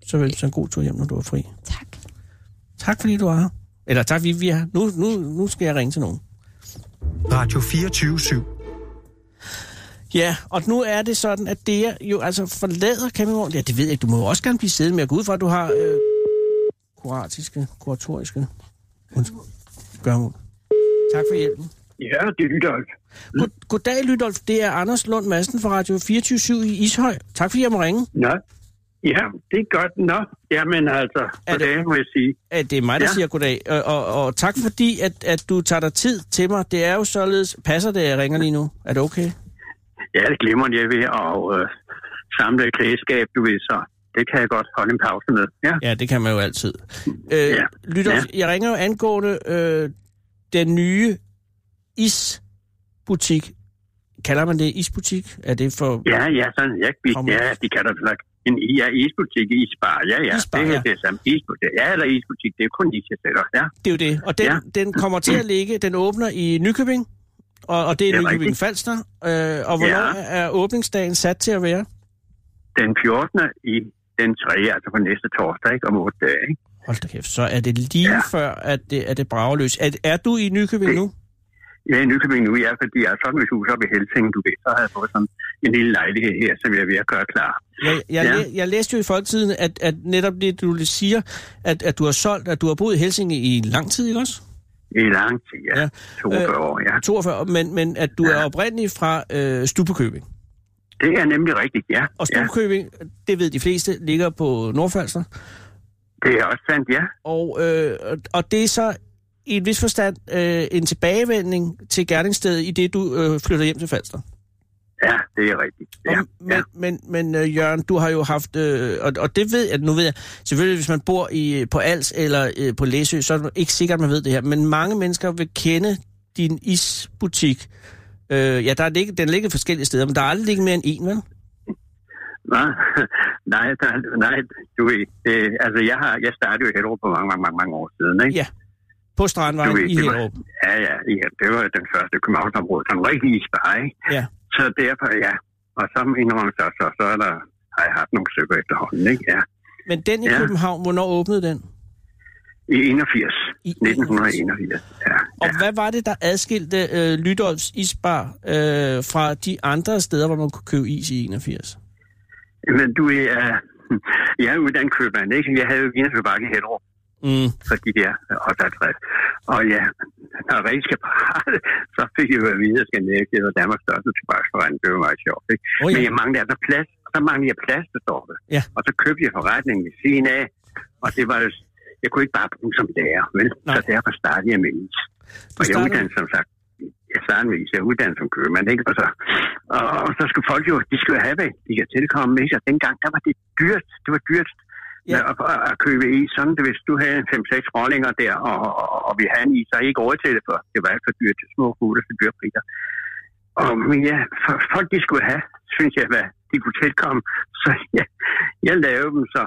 S3: Så, vel, så en god tur hjem, når du er fri.
S4: Tak.
S3: Tak fordi du er her. Eller tak, vi, vi er her. Nu, nu, nu skal jeg ringe til nogen.
S2: Radio 24
S3: Ja, og nu er det sådan, at det jo altså forlader campingvognen. Ja, det ved jeg ikke. Du må jo også gerne blive siddende med at gå ud fra, at du har øh, kuratiske, kuratoriske... Undskyld. Gør hun. Tak for hjælpen.
S5: Ja, det er Lydolf.
S3: God, goddag, Lydolf. Det er Anders Lund Madsen fra Radio 24 i Ishøj. Tak fordi jeg må ringe.
S5: Nå. Ja, det er godt. Nå, jamen altså,
S3: Er det-
S5: goddag, må jeg sige.
S3: Øh, Det er mig, der ja.
S5: Ja.
S3: siger goddag. Og, og, og tak fordi, at, at du tager dig tid til mig. Det er jo således... Passer det, at jeg ringer lige nu? Er det okay?
S5: Ja, det glemmer jeg ved at øh, samle et klædeskab, du ved, så det kan jeg godt holde en pause med. Ja,
S3: Ja, det kan man jo altid. Øh, ja.
S5: Ja.
S3: Lytter, ja.
S5: Ja.
S3: jeg ringer jo angående øh, den nye isbutik. Kalder man det isbutik? Er det for...
S5: ja, ja sådan, jeg, vi,
S3: Kommer-
S5: ja, de kalder det nok en ja, isbutik, isbar, ja, ja,
S3: Isbar,
S5: det er
S3: ja.
S5: det samme, isbutik, ja, eller isbutik, det er kun is, jeg sætter, ja.
S3: Det er jo det. Og den, ja.
S5: Ja.
S3: den kommer til at ligge, den åbner i Nykøbing, og, og det er,
S5: Det er
S3: Nykøbing
S5: rigtigt.
S3: Falster. Øh, og hvornår ja.
S5: Ja.
S3: er åbningsdagen sat til at være?
S5: Den 14. i den 3., altså på næste torsdag, ikke, om 8 dage, ikke?
S3: Hold da kæft, så er det lige ja.
S5: Ja.
S3: før, at det, at det brageløs. Er, er du i Nykøbing
S5: Det-
S3: nu?
S5: Ja, i Nykøbing nu, ja, fordi jeg er sådan et hus oppe i Helsingen, du ved, så har jeg fået sådan en lille lejlighed her, som jeg er ved at gøre klar.
S3: Jeg, jeg, ja.
S5: Ja.
S3: læ, jeg læste jo i folketiden, at, at netop det, du siger, at, at du har solgt, at du har boet i Helsinge i lang tid, ikke også?
S5: I lang tid, ja.
S3: Ja.
S5: ja. 42 øh, år, ja.
S3: 42, men, men at du ja.
S5: Ja.
S3: er oprindelig fra øh, Stubekøbing.
S5: Det er nemlig rigtigt, ja.
S3: Og
S5: ja.
S3: Stubekøbing, det ved de fleste, ligger på Nordfalster.
S5: Det er også sandt, ja.
S3: Og, øh, og- og det er så i en vis forstand øh, en tilbagevendning til gerningsstedet, i det du øh, flytter hjem til Falster.
S5: Ja, det er rigtigt. Ja,
S3: Og, men,
S5: ja.
S3: men, men øh, Jørgen, du har jo haft, øh, og, og det ved jeg, nu ved jeg, selvfølgelig hvis man bor i, på Als eller øh, på Læsø, så er det ikke sikkert, man ved det her, men mange mennesker vil kende din isbutik. Øh, ja, der er ligget, den ligger forskellige steder, men der er aldrig ligget mere end en, vel?
S5: Hva? nej, der, nej, du ved, øh, altså jeg, har, jeg startede jo i Hellerup for mange, mange, mange, mange år siden, ikke?
S3: Ja. På
S5: Du
S3: Strandvejen
S5: ved,
S3: i
S5: det var-
S3: Hellerup.
S5: Ja, ja, ja det var den første Københavnsområde, sådan rigtig isbar, ikke?
S3: Ja.
S5: Så derfor, ja. Og så indrømmer jeg så, så, så er der, har jeg haft nogle stykker efterhånden, ikke? Ja.
S3: Men den i ja.
S5: Ja.
S3: København, hvornår åbnede den?
S5: I 81.
S3: I
S5: 1981. Ja,
S3: Og
S5: ja.
S3: hvad var det, der adskilte øh, Lydolfs Isbar øh, fra de andre steder, hvor man kunne købe is i 81?
S5: Men du er... Øh, jeg er jo uddannet købmand, ikke? Jeg havde jo Viennes Bakke i Hellerup.
S3: Mm.
S5: for de der 68. Og ja, når jeg rigtig skal prale, så fik jeg jo at vide, at jeg skal ned, det var Danmarks største tobaksforretning. Det var meget sjovt, ikke?
S3: Oh,
S5: Men
S3: ja.
S5: jeg manglede altså plads, og så manglede jeg plads, der står det.
S3: Ja.
S5: Og så købte jeg forretningen ved siden af, og det var jo, jeg kunne ikke bare bruge som lærer, vel?
S3: Nej.
S5: Så derfor startede jeg med is. Og jeg
S3: startede-
S5: er uddannet som sagt, jeg startede med is, jeg er uddannet som købmand, ikke? Og så, og, og så skulle folk jo, de skulle jo have, hvad de kan tilkomme, ikke? Og dengang, der var det dyrt, det var dyrt
S3: Ja.
S5: Ja. At, at, at købe is, sådan det, hvis du havde en 5-6 rollinger der, og, og, og vi havde en is, så havde I ikke råd til det, for det var alt for dyrt til små gutter, for dyre priser. Og, men ja, for, folk de skulle have, synes jeg, hvad de kunne tilkomme, så ja, jeg lavede dem, så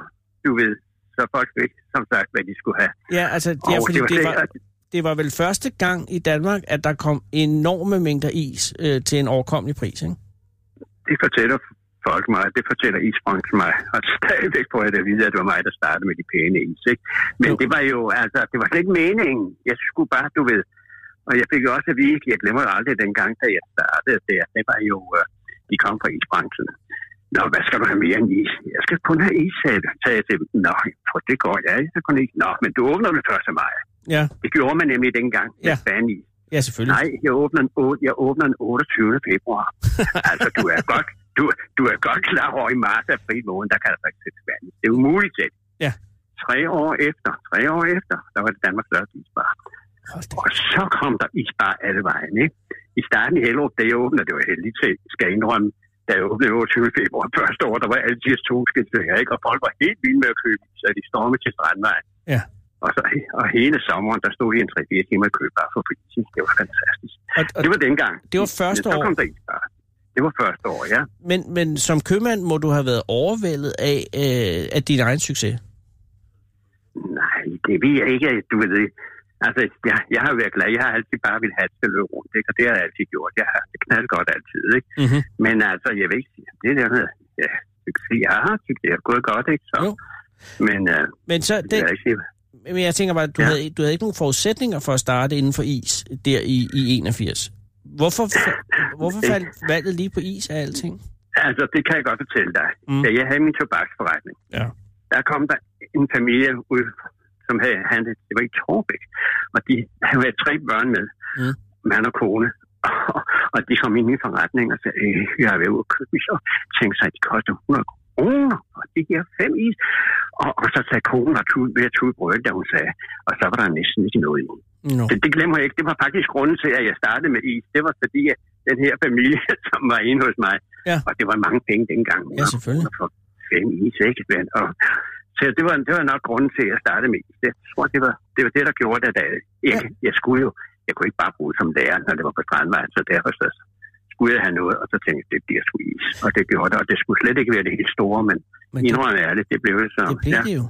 S5: du ved, så folk fik, som sagt, hvad de skulle have.
S3: ja, altså, ja,
S5: Og
S3: fordi det
S5: slet-
S3: var, det var vel første gang i Danmark, at der kom enorme mængder is øh, til en overkommelig pris, ikke?
S5: det fortæller folk mig, det fortæller isbranchen mig, og stadigvæk får jeg det at vide, at det var mig, der startede med de pæne is, ikke? Men
S3: Jo.
S5: jo. det var jo, altså, det var slet ikke meningen. Jeg skulle bare, du ved, og jeg fik jo også at vide, jeg glemmer det aldrig den gang, da jeg startede der, det var jo, øh, de kom fra isbranchen. Nå, hvad skal du have mere end is? Jeg skal kun have is, sagde jeg- sagde jeg til dem. Nå, for det går jeg ikke, kun is. Nå, men du åbner det 1. maj.
S3: Ja,
S5: Det gjorde man nemlig dengang med
S3: Ja.
S5: ja. i.
S3: ja selvfølgelig.
S5: Nej, jeg åbner, en, o- jeg åbner den 28. februar. altså, du er godt, du, du er godt klar over i marts og april måned, der kan der ikke sætte vand. Det er umuligt selv.
S3: Ja.
S5: Tre år efter, tre år efter, der var det Danmarks største isbar.
S3: Hold da.
S5: Og så kom der isbar alle vejen, ikke? I starten i Hellerup, da jeg åbner, det var heldigt til, skal jeg indrømme, da jeg åbnede 28. februar første år, der var alle de to skilsøger, ikke? Og folk var helt vilde med at købe, så de stormede til strandvejen.
S3: Ja.
S5: Og, så, og hele sommeren, der stod i en 3-4 timer i kø bare for prisen. Det var fantastisk.
S3: Og, og,
S5: Det var dengang.
S3: Det var første
S5: Så
S3: år.
S5: kom der isbar. Det var første år, ja.
S3: men, men som købmand må du have været overvældet af, øh, af din egen succes.
S5: Nej, det ved jeg ikke. Du ved, altså, jeg, jeg har været glad. Jeg har altid bare ville have det til at løbe rundt, ikke? og det har jeg altid gjort. Jeg har det knald godt altid, ikke?
S3: Mhm.
S5: Men altså, jeg vil ikke sige, det er der med, ja, succes. Jeg har haft succes. Det har gået godt, ikke? Så,
S3: Jo.
S5: Men øh,
S3: Men, så
S5: det...
S3: det,
S5: jeg vil ikke sige,
S3: men jeg tænker bare, at du, ja.
S5: Ja.
S3: havde, du havde ikke nogen forudsætninger for at starte inden for is der i, i 81. Hvorfor, fa- hvorfor faldt valget lige på is af alting?
S5: altså, det kan jeg godt fortælle dig.
S3: Mm.
S5: Mm. Da jeg havde min tobaksforretning,
S3: Ja.
S5: der kom der en familie ud, som havde handlet, det var i Torbæk, og de havde tre børn med,
S3: Mm.
S5: mm. mand og kone. Og, og de kom ind i forretningen og sagde, øh, jeg er ved at købe is, og tænkte sig, at de koster 100 kroner, og det her fem is. Og, og så sagde konen og tog ved at tude brød, da hun sagde, og så var der næsten ikke noget i den.
S3: No.
S5: det, det glemmer jeg ikke. Det var faktisk grunden til, at jeg startede med is. Det var fordi, at den her familie, som var inde hos mig,
S3: Ja.
S5: og det var mange penge dengang.
S3: Ja, selvfølgelig.
S5: For fem is, ikke? Men, og, så det var, det var nok grunden til, at jeg startede med is. Jeg tror, det var det, var det der gjorde det. Da jeg, jeg, jeg skulle jo jeg kunne ikke bare bruge det som lærer, når det var på strandvejen, så derfor så skulle jeg have noget, og så tænkte jeg, det bliver sgu is. Og det gjorde det, og det skulle slet ikke være det helt store, men,
S3: Men
S5: men
S3: det-
S5: indrømmer ærligt, det blev det så.
S3: Det blev ja. det jo.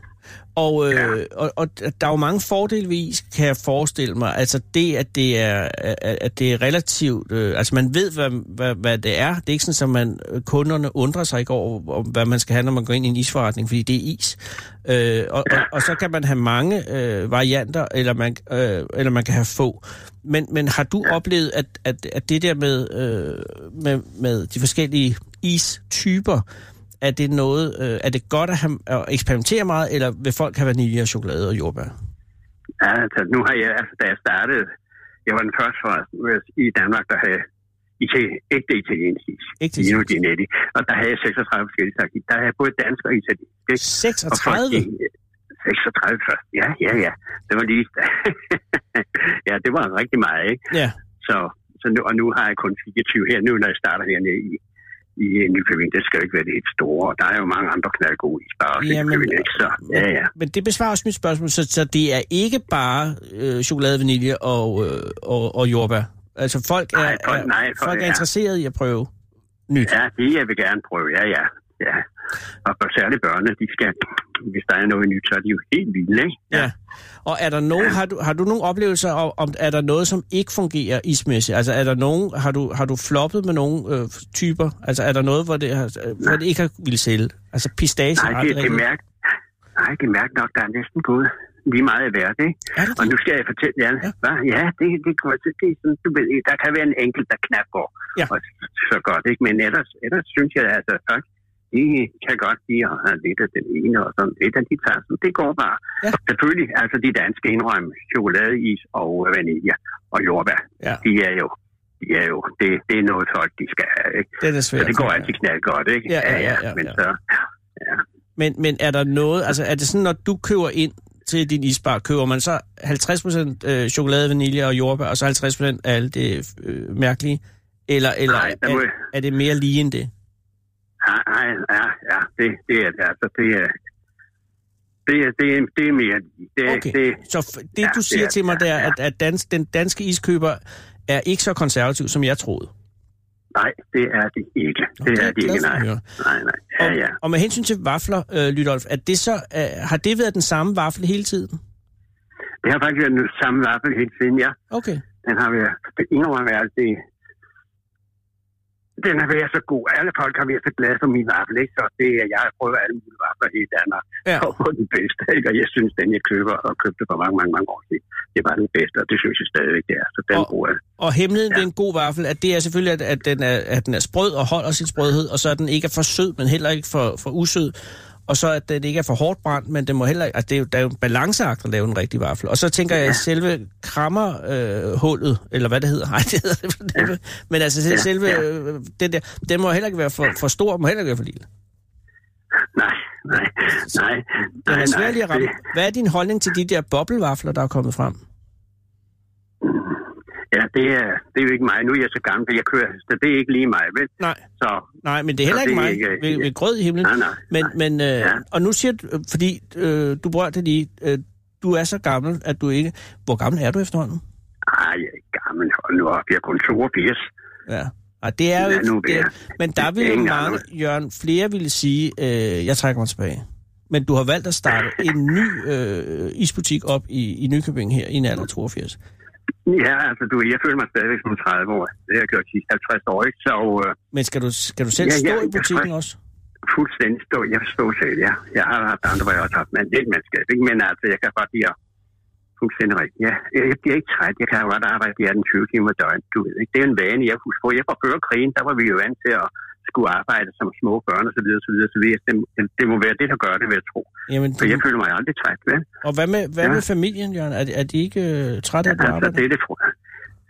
S3: Og, øh, ja. og, og der er jo mange fordele ved is, kan jeg forestille mig. Altså det, at det er, at at det er relativt... Øh, altså man ved, hvad, hvad, hvad det er. Det er ikke sådan, at man, øh, kunderne undrer sig ikke over, om, hvad man skal have, når man går ind i en isforretning, fordi det er is. Øh, og, og, og så kan man have mange øh, varianter, eller man, øh, eller man kan have få. Men, men har du ja. oplevet, at, at, at det der med, øh, med, med de forskellige istyper, er det noget, øh, er det godt at, have, at eksperimentere meget, eller vil folk have vanilje og chokolade og jordbær?
S5: Ja, altså nu har jeg, altså da jeg startede, jeg var den første for, i Danmark, der havde IT, ægte italiensk is.
S3: Ægte
S5: Gino
S3: italiensk.
S5: Ginetti. Og der havde jeg 36 forskellige slags is. Der havde jeg både dansk og italiensk. Ikke? Og folk
S3: 36?
S5: gik, øh, 36 først. Ja, ja, ja. Det var lige... ja, det var rigtig meget, ikke?
S3: Ja,
S5: Så, så nu, og nu har jeg kun 24 her. Nu, når jeg starter hernede i, i øh, Nykøbing, det skal jo ikke være det helt store. Og der er jo mange andre knaldgode isbarer også i
S3: Jamen,
S5: Nykøbing, ikke? Så, ja, ja.
S3: men det besvarer også mit spørgsmål, så, så det er ikke bare øh, chokolade, vanilje og, øh, og, og jordbær? Altså folk er,
S5: Nej, folk-
S3: er,
S5: nej, folk-
S3: folk er
S5: ja.
S3: interesseret i at prøve nyt?
S5: Ja, det jeg vil gerne prøve, ja, ja. ja. Og for særligt børnene, de skal, hvis der er noget nyt, så er de jo helt vilde, ikke?
S3: Ja. Og er der nogen, har, du, har du nogle oplevelser om, om, er der noget, som ikke fungerer ismæssigt? Altså er der nogen, har du, har du floppet med nogle øh, typer? Altså er der noget, hvor det, har, øh, hvor det ikke har ville sælge? Altså pistache?
S5: Nej, det, det mærk, nej, det mærker nok, der er næsten gået lige meget af værd, ikke?
S3: Er det
S5: Og
S3: det?
S5: nu skal jeg fortælle jer,
S3: Ja.
S5: ja, ja det, det, det, det, er sådan, du ved, der kan være en enkelt, der knap går,
S3: Ja.
S5: og så- så godt, ikke? Men ellers, ellers synes jeg, altså, folk, de kan godt lide at have lidt af den ene, og sådan lidt af de tager sådan. Det går bare.
S3: Ja.
S5: Ja. Og selvfølgelig, altså de danske indrømme, chokoladeis og øh, vanilje og jordbær,
S3: Ja.
S5: de er jo, de er jo, det, det er noget folk, de skal have, ikke?
S3: Den er
S5: Så
S3: svær.
S5: det går
S3: at
S5: altid knald godt, ikke?
S3: Ja, ja, ja, ja,
S5: Men
S3: ja.
S5: så,
S3: Men, men er der noget, altså er det sådan, når du køber ind til din isbar, køber man så 50% øh, chokolade, vanilje og jordbær, og så 50% af alt det øh, mærkelige? Eller, eller
S5: Nej, der
S3: er,
S5: må-
S3: er det mere lige end det?
S5: ja, ja, ja, ja det, det er det, altså, det er, det er, det er, det er mere, det,
S3: Okay,
S5: det,
S3: så f- det
S5: ja,
S3: du
S5: det
S3: siger
S5: er-
S3: til mig, det er,
S5: ja, ja.
S3: at, at dans, den danske iskøber er ikke så konservativ, som jeg troede.
S5: nej, det er det ikke. Det
S3: det er
S5: er det
S3: jeg glad
S5: ikke,
S3: for at
S5: nej.
S3: høre.
S5: Nej, nej, ja,
S3: Og,
S5: ja.
S3: og med hensyn til vafler, øh, Lydolf, er det så, øh, har det været den samme vafle hele tiden?
S5: Det har faktisk været den samme vaffel hele tiden, ja.
S3: Okay.
S5: Den har været, det indrømmer jeg, altså, det, den har været så god. Alle folk har været så glade for min vaffel, ikke? Så det er, jeg har prøvet alle mulige vafler i Danmark.
S3: Ja.
S5: Og på den bedste, ikke? Og jeg synes, den jeg køber og købte for mange, mange, mange år siden, det var den bedste, og det synes jeg stadigvæk, det er. Så den
S3: Og-
S5: bruger jeg.
S3: Og hemmeligheden ja.
S5: Ja.
S3: ved en god vaffel, at det er selvfølgelig, at, at, den er, at den er sprød og holder sin sprødhed, og så at den ikke er for sød, men heller ikke for, for usød. og så at det ikke er for hårdt brændt, men det må heller ikke, altså, det er jo, der er jo en balanceakt at lave en rigtig vaffel. Og så tænker jeg, at selve krammerhullet, øh, hullet, eller hvad det hedder, nej, det hedder det, for det men altså ja, selve
S5: ja.
S3: øh, den der, den må heller ikke være for, for stor, må heller ikke være for lille.
S5: Nej, nej, nej.
S3: Den
S5: nej,
S3: er svær lige at
S5: nej,
S3: ramme.
S5: det-
S3: Hvad er din holdning til de der boblevafler, der er kommet frem?
S5: Ja, det er, det er jo ikke mig. Nu er jeg så gammel, at jeg kører, så det er ikke lige mig, vel?
S3: Nej,
S5: Så
S3: nej, men det er heller
S5: Så
S3: ikke
S5: det er
S3: mig
S5: ikke-
S3: ved, ved grød i himlen.
S5: nej, nej.
S3: Men, men øh, ja.
S5: Ja.
S3: og nu siger du, øh, fordi øh, du brørte lige, øh, du er så gammel, at du ikke... Hvor gammel er du efterhånden?
S5: Ej, jeg er ikke gammel. Hold nu op, jeg er kun 82.
S3: Ja. Og det er jo
S5: Ja,
S3: ikke...
S5: nu er
S3: det er,
S5: jeg-
S3: men der
S5: det
S3: vil
S5: er
S3: jo
S5: ingen
S3: mange, Jørgen, flere ville sige, øh, jeg trækker mig tilbage. Men du har valgt at starte en ny øh, isbutik op i, i Nykøbing her i en alder af 82.
S5: Ja, altså, du, jeg føler mig stadigvæk som 30 år. Det har jeg gjort de sidste 50 år, ikke? Så øh,
S3: Men skal du, skal du selv
S5: Ja, ja,
S3: stå i
S5: jeg
S3: butikken
S5: tror-
S3: også?
S5: fuldstændig stå. Jeg forstår selv, ja. Jeg har haft andre, hvor jeg også har haft mand, lidt mandskab, ikke? Men altså, jeg kan godt lide at fuldstændig rigtigt. Ja, jeg jeg bliver ikke træt. Jeg kan jo godt arbejde i 18-20 timer i døgnet, du ved, ikke? Det er en vane, jeg husker på. Jeg fra før krigen, der var vi jo vant til at skulle arbejde som små børn og så videre, så videre, så videre. Det, det må være det, der gør det, vil jeg tro.
S3: Jamen, du,
S5: For jeg føler mig aldrig træt, vel?
S3: og hvad med, hvad
S5: Ja.
S3: med familien, Jørgen? Er, de- er de ikke øh, trætte af, at du
S5: Altså,
S3: arbejder?
S5: det er det, tror jeg.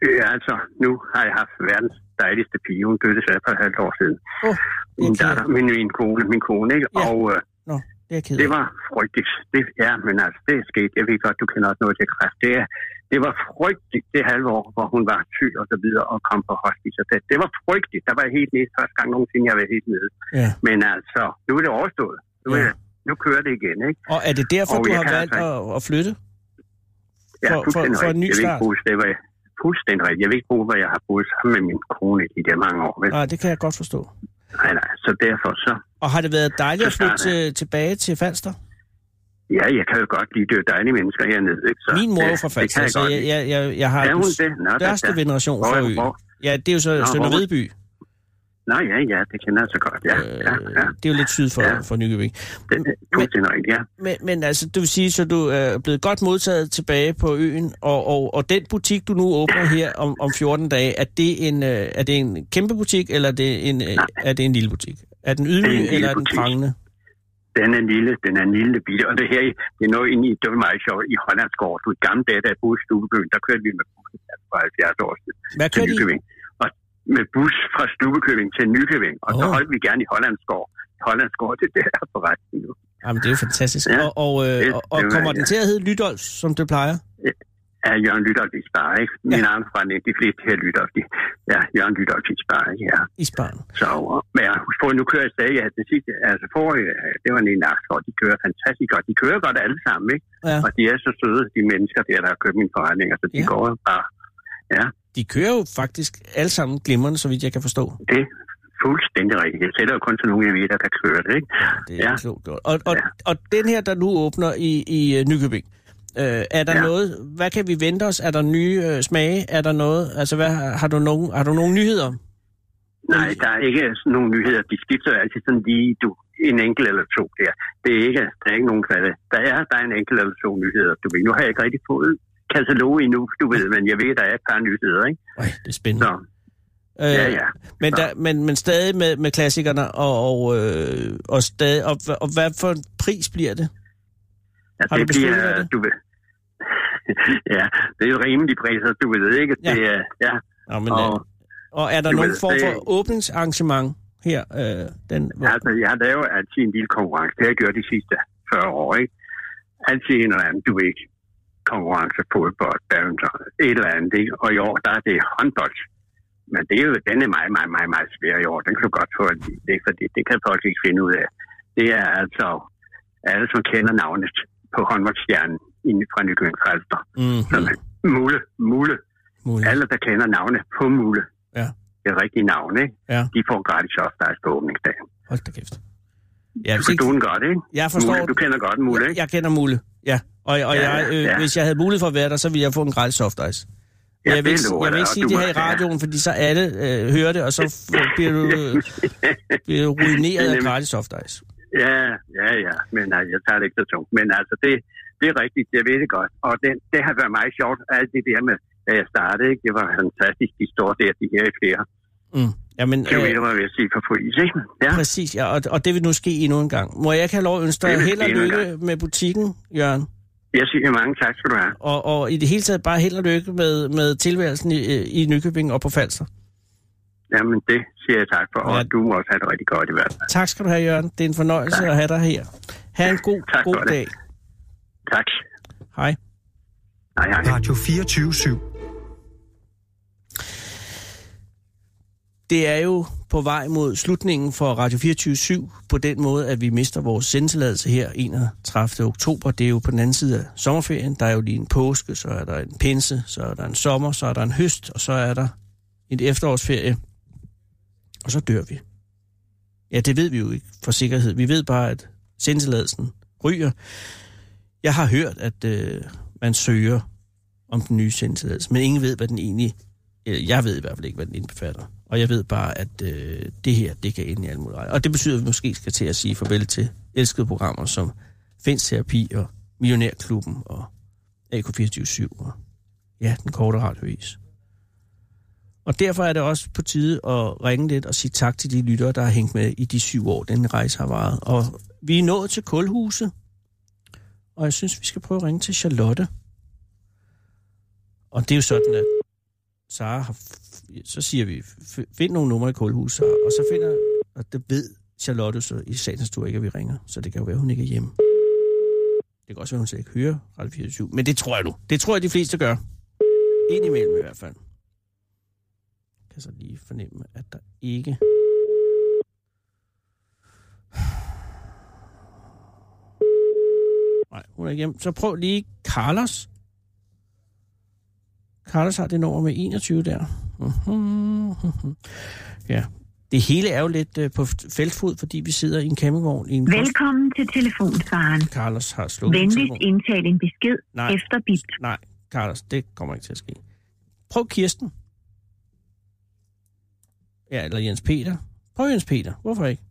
S5: Øh, altså, nu har jeg haft verdens dejligste pige. Hun døde desværre for et halvt år siden.
S3: Åh, det er
S5: Min
S3: jeg ked af.
S5: datter, min, min kone, min kone, ikke?
S3: Ja.
S5: Ja. Og øh,
S3: Nå, det er jeg ked
S5: det
S3: af.
S5: var frygteligt. Det, ja, men altså, det er sket. Jeg ved godt, du kender også noget til kræft. Det, er, det var frygteligt det halve år, hvor hun var syg og så videre og kom på hospice. Og det, det var frygteligt. Der var jeg helt nede første gang nogensinde, jeg var helt nede.
S3: Ja.
S5: Men altså, nu er det overstået. Nu,
S3: Ja.
S5: ja. nu kører det igen, ikke?
S3: Og er det derfor,
S5: Og
S3: du
S5: jeg
S3: har
S5: kan
S3: valgt
S5: altså
S3: at, at flytte?
S5: Ja,
S3: For- for-
S5: fuldstændig
S3: for en
S5: rigtigt.
S3: ny
S5: jeg vil
S3: start.
S5: ikke bruge det, hvor jeg, fuldstændig rigtigt. Jeg vil ikke bruge, hvor jeg har boet sammen med min kone i de mange år. Vel?
S3: Nej, det kan jeg godt forstå.
S5: Nej, nej. Så derfor så,
S3: Og har det været dejligt at
S5: Så
S3: flytte
S5: starter
S3: til, tilbage til Falster?
S5: ja, jeg kan jo godt lide, det er jo dejlige mennesker hernede. Ikke? Så,
S3: Min mor er jo
S5: det-
S3: fra
S5: det
S3: Falster,
S5: kan jeg
S3: så
S5: godt
S3: jeg,
S5: lide.
S3: jeg, jeg, jeg har
S5: Er hun
S3: den
S5: det? Nå, da,
S3: største
S5: da.
S3: veneration
S5: Hvor
S3: fra
S5: er-
S3: øen.
S5: hvor-
S3: Ja, det er jo så
S5: Nå,
S3: Sønder
S5: hvor-
S3: Vedby.
S5: Nå, ja, ja, det kender jeg så godt. Ja, ja, ja.
S3: Øh, Det er jo lidt syd for,
S5: Ja.
S3: for Nykøbing.
S5: Det, det, er fuldstændig rigtigt, ja.
S3: Men, men altså, det vil sige, så du er blevet godt modtaget tilbage på øen, og, og, og den butik, du nu åbner her om, om 14 dage, er det en, øh, er det en kæmpe butik, eller er det en, øh, er det en lille butik? Er den
S5: Det er en
S3: ydmyg,
S5: lille
S3: eller er den
S5: butik.
S3: prangende?
S5: Den er lille, den er en lille bil. Og det her, det er noget inde i, det var meget sjovt, i Hollandsgård. Du, I gamle dage, da jeg boede i Stubebøen, der kørte vi med bussen ja, for 70 år siden.
S3: Hvad
S5: til
S3: kører de?
S5: Nykøbing. Og med bus fra Stubekøbing til Nykøbing. Og oh. så
S3: Åh.
S5: holdt vi gerne i Hollandsgård. Hollandsgård, det er der forresten nu.
S3: Jamen, det er jo fantastisk.
S5: Ja.
S3: Og, og, øh,
S5: Det-
S3: og, og
S5: det var-
S3: kommer den
S5: ja.
S3: til at hedde Lydolf, som det plejer?
S5: Er Jørgen Lytolf i Spar, ikke? Min ja. armfrænde, de fleste her Lytolf, de, ja, Jørgen Lytolf i Spar, ikke? Ja.
S3: I Spanien.
S5: Så, og, men jeg husker på, nu kører jeg stadig, at det sidste, altså forrige, det var en Naksgaard, de kører fantastisk godt. De kører godt alle sammen, ikke?
S3: Ja.
S5: Og de er så søde, de mennesker der, der har købt mine forretninger, så de
S3: Ja.
S5: ja. går jo bare
S3: De kører jo faktisk alle sammen glimrende, så vidt jeg kan forstå.
S5: det er fuldstændig rigtigt. Jeg sætter jo kun til nogen, jeg ved, der kan køre det, ikke?
S3: Det er ja.
S5: Ja.
S3: klogt gjort. Og, og,
S5: Ja.
S3: og den her, der nu åbner i, i øh, Nykøbing, øh, er der ja.
S5: Ja.
S3: noget, hvad kan vi vente os? Er der nye øh, smage? Er der noget, altså hvad, har, har du nogen, har du nogen nyheder?
S5: Nej, der er ikke sådan nogle nyheder. De skifter jo altid sådan lige du, en enkelt eller to der. Det er ikke, der er ikke nogen kvalde. Der er, der er en enkelt eller to nyheder. Du ved, nu har jeg ikke rigtig fået katalog endnu, du ved, men jeg ved, der er et par nyheder, ikke?
S3: Øj, det er spændende.
S5: Så,
S3: øh,
S5: ja, ja.
S3: Men,
S5: så.
S3: der, men, men stadig med, med klassikerne, og, og, øh, og, stadig, og, og hvad for en pris bliver det?
S5: Ja,
S3: Har du
S5: det
S3: besluttet
S5: bliver,
S3: dig det?
S5: du ved. ja, det er rimelige priser, du ved ikke.
S3: Ja.
S5: Ja. Det er, ja.
S3: Nå, men,
S5: og,
S3: øh, og er der
S5: du
S3: nogen
S5: ved,
S3: form
S5: det-
S3: for åbningsarrangement her? Øh, den, hvor-
S5: altså, jeg laver altid en lille konkurrence. Det har jeg gjort de sidste 40 år, ikke? Altid en eller anden, du ved ikke, konkurrence, fodbold, badminton, et eller andet, ikke? Og i år, der er det håndbold. Men det er jo, den er meget, meget, meget, meget svær i år. Den kan du godt få, at lide, ikke? Fordi det kan folk ikke finde ud af. Det er altså alle, som kender navnet på håndboldstjernen inde fra Nykøbing Falster.
S3: Mhm,
S5: Mm. Mule, Mule,
S3: muligt.
S5: alle, der kender navne på Mule,
S3: Mm. Ja.
S5: det rigtige navn, ikke?
S3: Ja.
S5: de får gratis opstarts på åbningsdagen.
S3: Hold da kæft. Ja,
S5: Du
S3: hvis
S5: forstår
S3: ikke,
S5: den godt, ikke?
S3: jeg forstår,
S5: Mule, du kender godt Mule,
S3: jeg,
S5: ikke?
S3: jeg kender Mule, ja. Og, og
S5: Ja,
S3: jeg, øh,
S5: ja.
S3: hvis jeg havde mulighed for at være der, så ville jeg få en gratis soft ice. Men
S5: Ja,
S3: jeg vil,
S5: det
S3: ikke-
S5: lover
S3: jeg vil
S5: jeg
S3: ikke
S5: dig,
S3: sige
S5: og
S3: det
S5: du
S3: her i
S5: må- ja.
S3: radioen, fordi så alle øh, hører det, og så f- bliver du øh, bliver du
S5: Det er
S3: ruineret af
S5: nemlig-
S3: gratis soft ice.
S5: Ja, ja, ja. Men nej, jeg tager det ikke så tungt. Men altså, det, det er rigtigt. Jeg ved det godt. Og det, det har været meget sjovt. Alt det der med, da jeg startede, ikke? det var fantastisk. De står der, de her i flere.
S3: Mm. Jamen,
S5: Du
S3: øh,
S5: ved, hvad jeg vil sige for polis, ikke? Ja.
S3: præcis, ja, og, og det vil nu ske endnu en gang. Må jeg ikke have lov at ønske
S5: Det
S3: dig
S5: vil
S3: held og
S5: ske endnu en
S3: lykke med butikken, Jørgen?
S5: Jeg siger mange tak, skal du have.
S3: Og, og i det hele taget bare held og lykke med, med tilværelsen i, øh, i Nykøbing og på Falster.
S5: Jamen, det siger jeg tak for, og
S3: Ja.
S5: du må også have det rigtig godt i hvert fald.
S3: Tak skal du have, Jørgen. Det er en fornøjelse
S5: Tak.
S3: at have dig her. Ha' en god,
S5: Tak for
S3: god
S5: det.
S3: dag.
S5: Tak.
S3: Hej.
S5: Hej, hej.
S2: Radio 24 /7.
S3: Det er jo på vej mod slutningen for Radio 24 på den måde, at vi mister vores sendtilladelse her 31. oktober. Det er jo på den anden side af sommerferien. Der er jo lige en påske, så er der en pinse, så er der en sommer, så er der en høst, og så er der en efterårsferie. Og så dør vi. Ja, det ved vi jo ikke for sikkerhed. Vi ved bare, at sendtilladelsen ryger. Jeg har hørt, at øh, man søger om den nye sendtilladelse, men ingen ved, hvad den egentlig øh, jeg ved i hvert fald ikke, hvad den indbefatter. Og jeg ved bare, at øh, det her, det kan ende i alt muligt. rej. Og det betyder, at vi måske skal til at sige farvel til elskede programmer som Finds Terapi og Millionærklubben og AK247 og ja, den korte radiovis. Og derfor er det også på tide at ringe lidt og sige tak til de lyttere, der har hængt med i de syv år, den rejse har varet. Og vi er nået til Kulhuset, og jeg synes, vi skal prøve at ringe til Charlotte. Og det er jo sådan, at Sara har... f- Så siger vi, f- find nogle numre i kulhuset, Sara, og så finder... Og det ved Charlotte så i sagens natur ikke, at vi ringer, så det kan jo være, hun ikke er hjemme. Det kan også være, hun slet ikke hører Radio 24, men det tror jeg nu. Det tror jeg, de fleste gør. Indimellem i hvert fald. Jeg kan så lige fornemme, at der ikke... Nej, hun er ikke hjemme. Så prøv lige Carlos. Carlos har det nummer med 21 der. Mhm. ja. Det hele er jo lidt øh, på feltfod, fordi vi sidder i en campingvogn i en post.
S6: Velkommen til telefonsvaren.
S3: Carlos har slået sin
S6: Venligst
S3: telefon.
S6: indtal en besked
S3: Nej.
S6: efter bip.
S3: Nej, Carlos, det kommer ikke til at ske. Prøv Kirsten. Ja, eller Jens Peter. Prøv Jens Peter. Hvorfor ikke?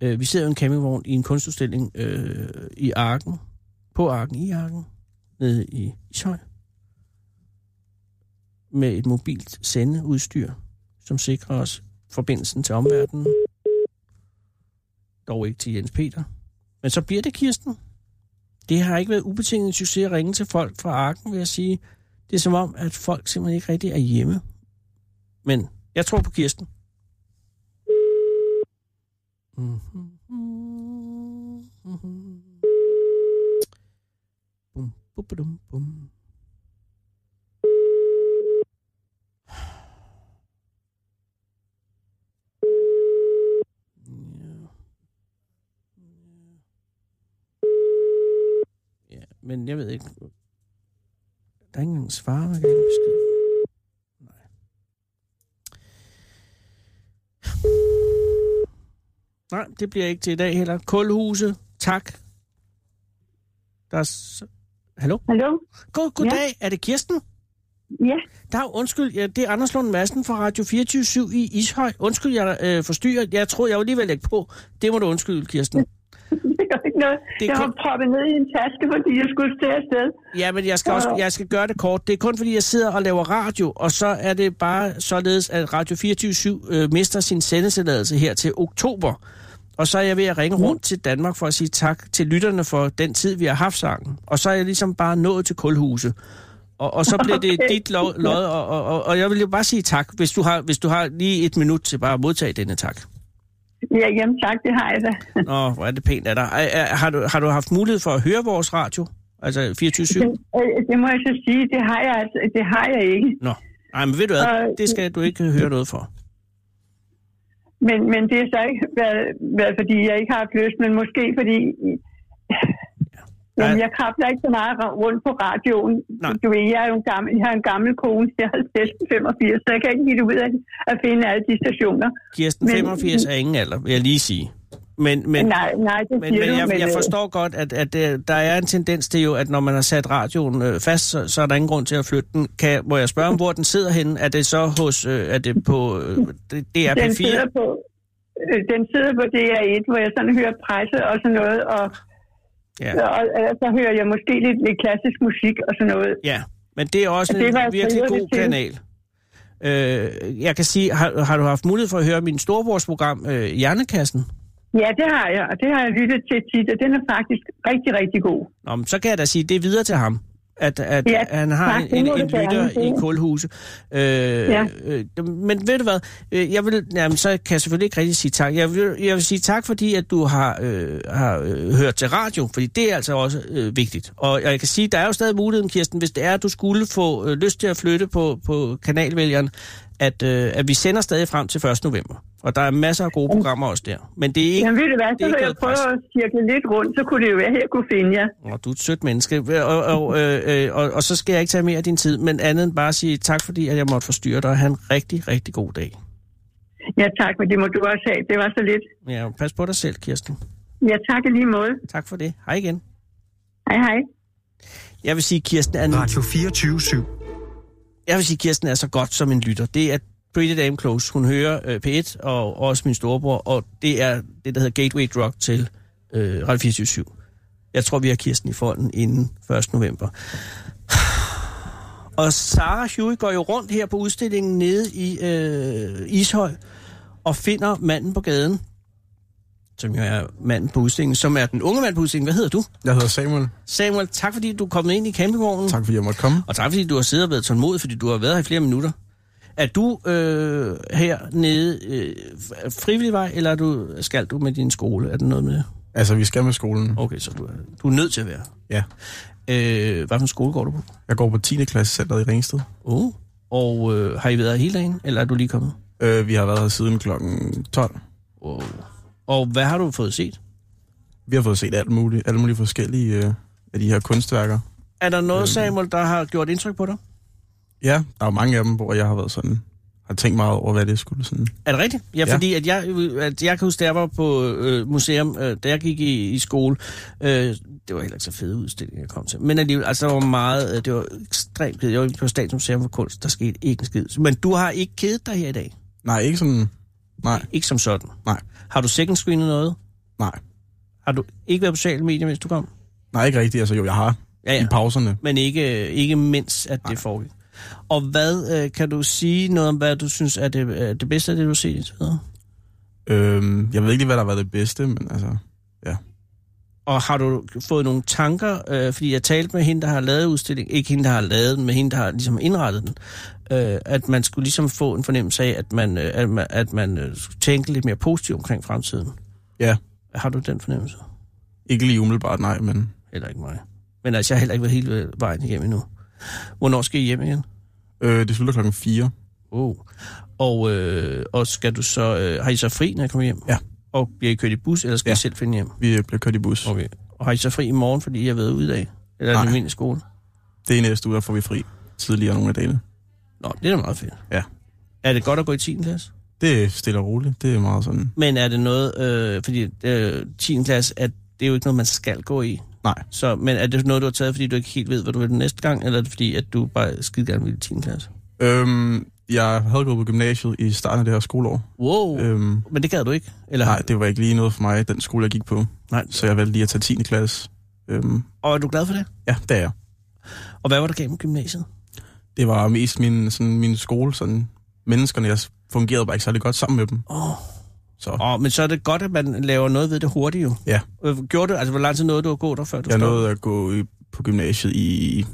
S3: Øh, vi sidder jo i en campingvogn i en kunstudstilling øh, i Arken. På Arken, i Arken. Nede i Ishøj. Med et mobilt sendeudstyr, som sikrer os forbindelsen til omverdenen. Dog ikke til Jens Peter. Men så bliver det Kirsten. Det har ikke været ubetinget en succes at ringe til folk fra Arken, vil jeg sige. Det er som om, at folk simpelthen ikke rigtig er hjemme. Men jeg tror på Kirsten. Mhm. Mhm. Bum, bum, bum, bum. Ja. Ja, men jeg ved ikke. Der er ikke engang svar, man kan ikke beskrive. Nej. Nej, det bliver ikke til i dag heller. Kulhuse, tak. Der er... s- Hallo?
S7: Hallo?
S3: God, goddag, ja. er det Kirsten?
S7: Ja,
S3: Der er undskyld, ja, det er Anders Lund Madsen fra Radio 24 i Ishøj. Undskyld, jeg øh, forstyrrer. Jeg tror, jeg var lige ved at lægge på. Det må du undskylde, Kirsten.
S7: det gør ikke noget.
S3: Det er
S7: jeg
S3: kun-
S7: var proppet ned i en taske, fordi jeg skulle til afsted.
S3: Ja, men jeg skal, også, jeg skal gøre det kort. Det er kun fordi, jeg sidder og laver radio, og så er det bare således, at Radio 24 øh, mister sin sendetilladelse her til oktober. Og så er jeg ved at ringe rundt til Danmark for at sige tak til lytterne for den tid, vi har haft sangen. Og så er jeg ligesom bare nået til kulhuset. Og, og så bliver det
S7: Okay.
S3: dit lod, lod og, og, og, og jeg vil jo bare sige tak, hvis du, har, hvis du har lige et minut til bare at modtage denne tak.
S7: Ja, jamen tak, det har jeg da.
S3: Nå, hvor er det pænt af dig. Er- er- Har du, har du haft mulighed for at høre vores radio? Altså 24
S7: Det, øh, det må jeg så sige, det har jeg, altså, det har jeg ikke.
S3: Nå, nej, men ved du
S7: Og-
S3: hvad, det skal du
S7: øh,
S3: ikke høre noget for.
S7: Men, men det har så ikke været, været, fordi jeg ikke har haft lyst, men måske fordi... Jamen, jeg krabler ikke så meget ra- rundt på radioen.
S3: Nej.
S7: Du ved, jeg er jo en gammel, jeg har en gammel kone, jeg er 85, så jeg kan ikke helt ud af at finde alle de stationer.
S3: Kirsten,
S7: Men-
S3: 85 er ingen alder, vil jeg lige sige. Men, men,
S7: nej, nej, det
S3: men,
S7: siger
S3: men
S7: du,
S3: jeg, jeg
S7: øh,
S3: forstår godt, at, at øh, der er en tendens til jo, at når man har sat radioen øh, fast, så, så er der ingen grund til at flytte den. Kan, må jeg spørge om, hvor den sidder henne? Er det så hos, øh, er det på øh, det, det er
S7: den
S3: P4?
S7: sidder på, øh, den sidder på DR1, hvor jeg sådan hører presse og sådan noget, og,
S3: Ja.
S7: ja. og, og så hører jeg måske lidt, lidt klassisk musik og sådan noget.
S3: ja, men det er også
S7: Det var
S3: en
S7: altså
S3: virkelig
S7: noget, det
S3: god
S7: til.
S3: kanal. Øh, jeg kan sige, har, har du haft mulighed for at høre min storbrors program, øh, Hjernekassen?
S7: Ja, det har jeg, og det har jeg lyttet til tit, og den er faktisk rigtig, rigtig god.
S3: Nå, men så kan jeg da sige det videre til ham. At, at ja,
S7: Ja,
S3: han har
S7: tak, det
S3: en,
S7: må
S3: en,
S7: du
S3: en lytter
S7: gerne.
S3: i kulhuset. Øh, ja.
S7: Ja.
S3: øh, men ved du hvad, Øh, jeg vil, jamen, så kan jeg selvfølgelig ikke rigtig sige tak. Jeg vil, jeg vil sige tak, fordi at du har, øh, har øh, hørt til radio, fordi det er altså også øh, vigtigt. Og, og jeg kan sige, der er jo stadig muligheden, Kirsten, hvis det er, at du skulle få øh, lyst til at flytte på, på kanalvælgeren, at, øh, at vi sender stadig frem til 1. november. Og der er masser af gode programmer også der. Men det er ikke
S7: Jamen ved du hvad,
S3: det
S7: så
S3: er
S7: vil
S3: ikke
S7: jeg
S3: noget
S7: prøve at cirkle lidt rundt, så kunne det jo være, at jeg kunne finde jer.
S3: Nå, du er et sødt menneske, og, og, øh, øh, og, og så skal jeg ikke tage mere af din tid, men andet end bare sige tak, fordi at jeg måtte forstyrre dig, og have en rigtig, rigtig god dag.
S7: Ja tak, men det må du også have. Det var så lidt.
S3: Ja, pas på dig selv, Kirsten.
S7: Ja tak i lige måde.
S3: Tak for det. Hej igen.
S7: Hej hej.
S3: Jeg vil sige, Kirsten er, en,
S2: Radio 24
S3: jeg vil sige, Kirsten er så godt som en lytter. Det er Pretty Damn Close. Hun hører øh, P1 og også min storebror, og det er det, der hedder Gateway Drug til øh, Radio 24 Jeg tror, vi har Kirsten i fonden inden 1. november. Og Sarah Huey går jo rundt her på udstillingen nede i øh, Ishøj og finder manden på gaden, som jo er manden på udstillingen, som er den unge mand på udstillingen. Hvad hedder du?
S8: Jeg hedder Samuel.
S3: Samuel, tak fordi du er kommet ind i campingvognen.
S8: Tak fordi jeg måtte komme.
S3: Og tak fordi du har siddet og været tålmodig, fordi du har været her i flere minutter. Er du øh, hernede øh, frivillig vej, eller er du, skal du med din skole? Er der noget med det?
S8: Altså, vi skal med skolen.
S3: Okay, så du, er- du er nødt til at være her.
S8: Ja.
S3: øh, Hvad for en skole går du på?
S8: Jeg går på 10. klasse centret i Ringsted.
S3: Oh. Og øh, har I været her hele dagen, eller er du lige kommet?
S8: Øh, vi har været her siden kl. 12.
S3: Oh. Og hvad har du fået set?
S8: Vi har fået set alt muligt, alle mulige forskellige øh, af de her kunstværker.
S3: Er der noget, Samuel, der har gjort indtryk på dig?
S8: Ja, der er jo mange af dem, hvor jeg har været sådan, har tænkt meget over, hvad det skulle sådan.
S3: Er det rigtigt? Ja,
S8: Ja.
S3: fordi At, jeg, at jeg kan huske, da jeg var på øh, museum, øh, da jeg gik i, i skole, øh, det var heller ikke så fede udstilling, jeg kom til. Men alligevel, altså, der var meget, øh, det var ekstremt kedeligt. Jeg var på Statsmuseum for Kunst, der skete ikke en skid. Men du har ikke kedet dig her i dag?
S8: Nej, ikke sådan, nej,
S3: Ikke som sådan?
S8: Nej.
S3: Har du second screenet noget?
S8: nej.
S3: Har du ikke været på sociale medier, mens du kom?
S8: Nej, ikke rigtigt. Altså jo, jeg har
S3: Ja, ja.
S8: i pauserne.
S3: Men ikke, øh, ikke mens, at det foregik. Og hvad øh, kan du sige noget om, hvad du synes er det, er det bedste af det, du har set indtil videre?
S8: Øhm, jeg ved ikke lige, hvad der var det bedste, men altså,
S3: Og har du fået nogle tanker, øh, fordi jeg talte med hende, der har lavet udstillingen, ikke hende, der har lavet den, men hende, der har ligesom indrettet den, øh, at man skulle ligesom få en fornemmelse af, at man, øh, at man, at man øh, skulle tænke lidt mere positivt omkring fremtiden.
S8: Ja.
S3: Har du den fornemmelse?
S8: ikke lige umiddelbart nej, men
S3: Heller ikke mig. Men altså, jeg har heller ikke været hele vejen hjem endnu. Hvornår skal I hjem igen?
S8: øh, det slutter klokken 4.
S3: Oh. Og, øh, og skal du så, øh, har I så fri, når jeg kommer hjem?
S8: Ja.
S3: Og bliver I kørt i bus, eller skal ja.
S8: Ja.
S3: I selv finde hjem?
S8: Vi øh, bliver kørt i bus. Okay.
S3: Okay. Og har I så fri i morgen, fordi I har været ude i dag? Eller er det
S8: Nej.
S3: almindelig skole?
S8: Det er næste uge, der får vi fri tidligere nogle af dagene.
S3: Nå, det er da meget fedt.
S8: Ja.
S3: Er det godt at gå i 10. klasse?
S8: Det er stille og roligt. Det er meget sådan,
S3: Men er det noget, øh, fordi øh, 10. klasse, at det er jo ikke noget, man skal gå i.
S8: nej,
S3: Så, men er det noget, du har taget, fordi du ikke helt ved, hvad du vil næste gang, eller er det fordi, at du bare skide gerne vil i 10. klasse?
S8: Øhm, jeg havde gået på gymnasiet i starten af det her skoleår.
S3: Wow, øh.
S8: Øhm,
S3: men det gad du ikke? Eller,
S8: nej, det var ikke lige noget for mig, den skole, jeg gik på.
S3: nej.
S8: Så jeg valgte lige at tage 10. klasse. Øhm,
S3: Og er du glad for det?
S8: ja, det er jeg.
S3: Og hvad var der gennem gymnasiet?
S8: Det var mest min, sådan, min skole, sådan menneskerne, jeg fungerede bare ikke særlig godt sammen med dem.
S3: Åh, oh.
S8: Så
S3: oh, men så er det godt, at man laver noget ved det hurtigt jo.
S8: Ja.
S3: Øh, Gjorde du, altså hvor lang tid nåede du at gå der, før du
S8: jeg
S3: stoppede?
S8: nåede at gå i, på gymnasiet i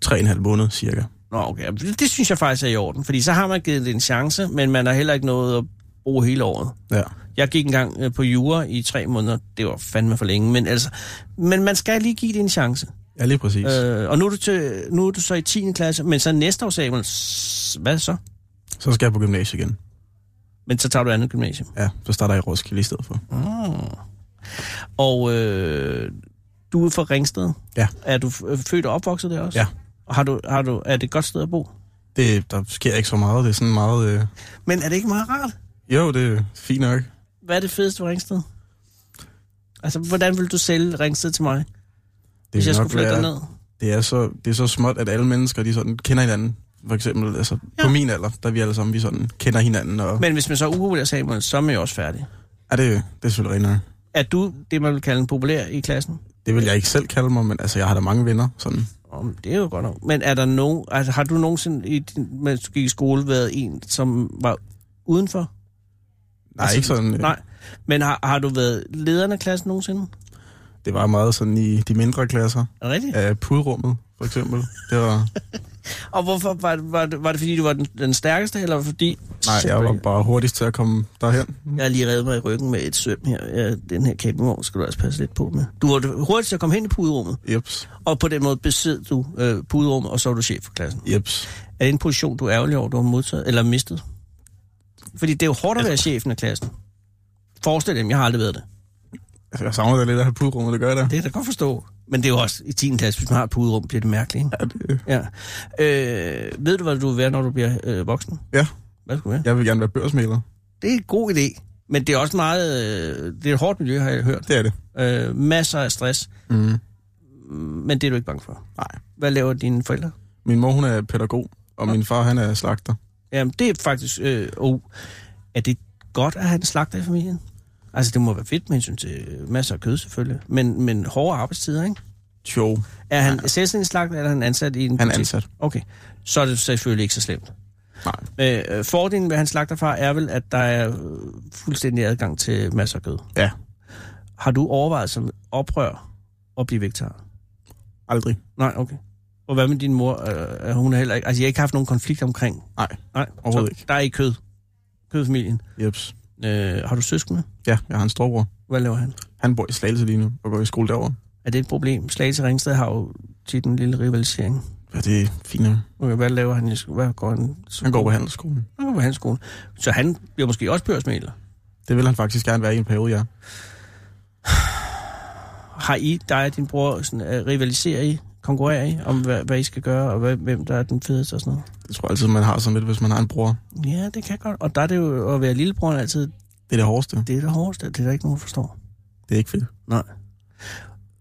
S8: tre og en halv måned, cirka.
S3: Nå, okay. Jamen, Det, det synes jeg faktisk er i orden, fordi så har man givet det en chance, men man har heller ikke noget at bruge hele året.
S8: Ja.
S3: Jeg gik engang øh, på jura i tre måneder. Det var fandme for længe, men altså... Men man skal lige give det en chance.
S8: Ja, lige præcis. Øh.
S3: Øh, og nu er, du til, nu er du så i 10. klasse, men så næste år, Samuel, s- hvad så?
S8: Så skal jeg på gymnasiet igen.
S3: Men så tager du andet gymnasium.
S8: Ja, så starter jeg i Roskilde i stedet for.
S3: Mm. Og øh, du er fra Ringsted.
S8: Ja.
S3: Er du f- øh, født og opvokset der også?
S8: Ja.
S3: Og har du, har du, er det et godt sted at bo?
S8: Det, der sker ikke så meget. Det er sådan meget... Øh...
S3: Men er det ikke meget rart?
S8: Jo, det er fint nok.
S3: Hvad er det fedeste ved Ringsted? Altså, hvordan vil du sælge Ringsted til mig, det hvis jeg
S8: vil nok
S3: skulle flytte
S8: være-
S3: derned?
S8: det er så, det er så småt, at alle mennesker, de sådan kender hinanden. For eksempel, altså ja. på min alder, der er vi alle sammen, vi sådan kender hinanden, og Men...
S3: Men hvis man så er upopulær, Samuel, så er man jo også færdig.
S8: er det, det er selvfølgelig rigtigt nok.
S3: Er du det, man vil kalde en populær i klassen?
S8: Det vil jeg ikke selv kalde mig, men altså, jeg har da mange venner, sådan.
S3: Nå, men det er jo godt nok. Men er der nogen, altså, har du nogensinde, i din, mens du gik i skole, været en, som var udenfor?
S8: Nej, altså, ikke sådan. øh,
S3: Nej. Men har, har du været lederen af klassen nogensinde?
S8: Det var meget sådan i de mindre klasser.
S3: Er det rigtigt? Ja.
S8: Af pudrummet, for eksempel. Det var,
S3: Og hvorfor? Var, det- var, det, var det fordi, du var den, den stærkeste, eller fordi...
S8: nej, jeg var bare hurtigst til at komme derhen.
S3: Jeg har lige reddet mig i ryggen med et søm her. Ja, den her kæmpevogn skal du altså passe lidt på med. Du var det hurtigst til at komme hen i puderummet,
S8: Jeps,
S3: og på den måde besed du øh, puderummet, og så var du chef for klassen.
S8: jeps.
S3: Er det en position, du er ærgerlig over, du har modtaget eller mistet? Fordi det er jo hårdt at være chefen af klassen. Forestil dig, jeg har aldrig været Altså- det.
S8: Altså, Jeg savner da lidt at have pudrummet, det gør jeg da.
S3: Det kan jeg da godt forstå. Men det er jo også i 10. klasse, hvis man har et puderum, bliver det mærkeligt. Ikke?
S8: Ja, det,
S3: Ja. Øh, ved du, hvad du vil være, når du bliver øh, voksen?
S8: ja,
S3: Hvad skal du være?
S8: jeg vil gerne være børsmæler.
S3: Det er en god idé, men det er også meget... Øh, det er et hårdt miljø, har jeg hørt.
S8: Det er det.
S3: Øh, masser af stress.
S8: Mm.
S3: Men det er du ikke bange for.
S8: Nej.
S3: Hvad laver dine forældre?
S8: Min mor, hun er pædagog, og min far, han er slagter.
S3: Jamen, det er faktisk... Øh, oh, er det godt at have en slagter i familien? Altså, det må være fedt med hensyn til øh, masser af kød, selvfølgelig. Men, men hårde arbejdstider, ikke?
S8: Jo,
S3: Er han ja. selvstændig slagter, eller er han ansat i en
S8: han er
S3: butik?
S8: ansat.
S3: Okay. Så er det selvfølgelig ikke så slemt.
S8: Nej.
S3: Øh, øh, fordelen ved hans slagterfar er vel, at der er øh, fuldstændig adgang til masser af kød.
S8: Ja,
S3: Har du overvejet som oprør at blive vegetar?
S8: aldrig.
S3: Nej, okay. Og hvad med din mor? Øh, er hun er heller ikke... Altså, jeg har ikke haft nogen konflikt omkring.
S8: Nej,
S3: Nej,
S8: Overhovedet
S3: så
S8: ikke.
S3: Der er ikke kød. Kødfamilien.
S8: jeps.
S3: Øh, har du søskende?
S8: Ja, jeg har en storbror.
S3: Hvad laver han?
S8: Han bor i Slagelse lige nu, og går i skole derovre.
S3: Er det et problem? Slagelse Ringsted har jo tit en lille rivalisering.
S8: Ja, det er fint. nok.
S3: Okay, hvad laver han? i sk- Hvad går han?
S8: Han går på handelsskolen.
S3: Han går på hans skole. Så han bliver måske også børsmæler.
S8: Det vil han faktisk gerne være i en periode, ja.
S3: Har I, dig og din bror, sådan, uh, rivaliserer I? Konkurrerer I om, hvad, hvad I skal gøre, og hvad, hvem der er den fedeste og sådan noget?
S8: Det tror jeg altid, man har sådan lidt, hvis man har en bror.
S3: Ja, det kan godt. Og der er det jo at være lillebror altid,
S8: Det er det hårdeste.
S3: det er det hårdeste. Det er der ikke nogen, der forstår.
S8: Det er ikke fedt.
S3: Nej.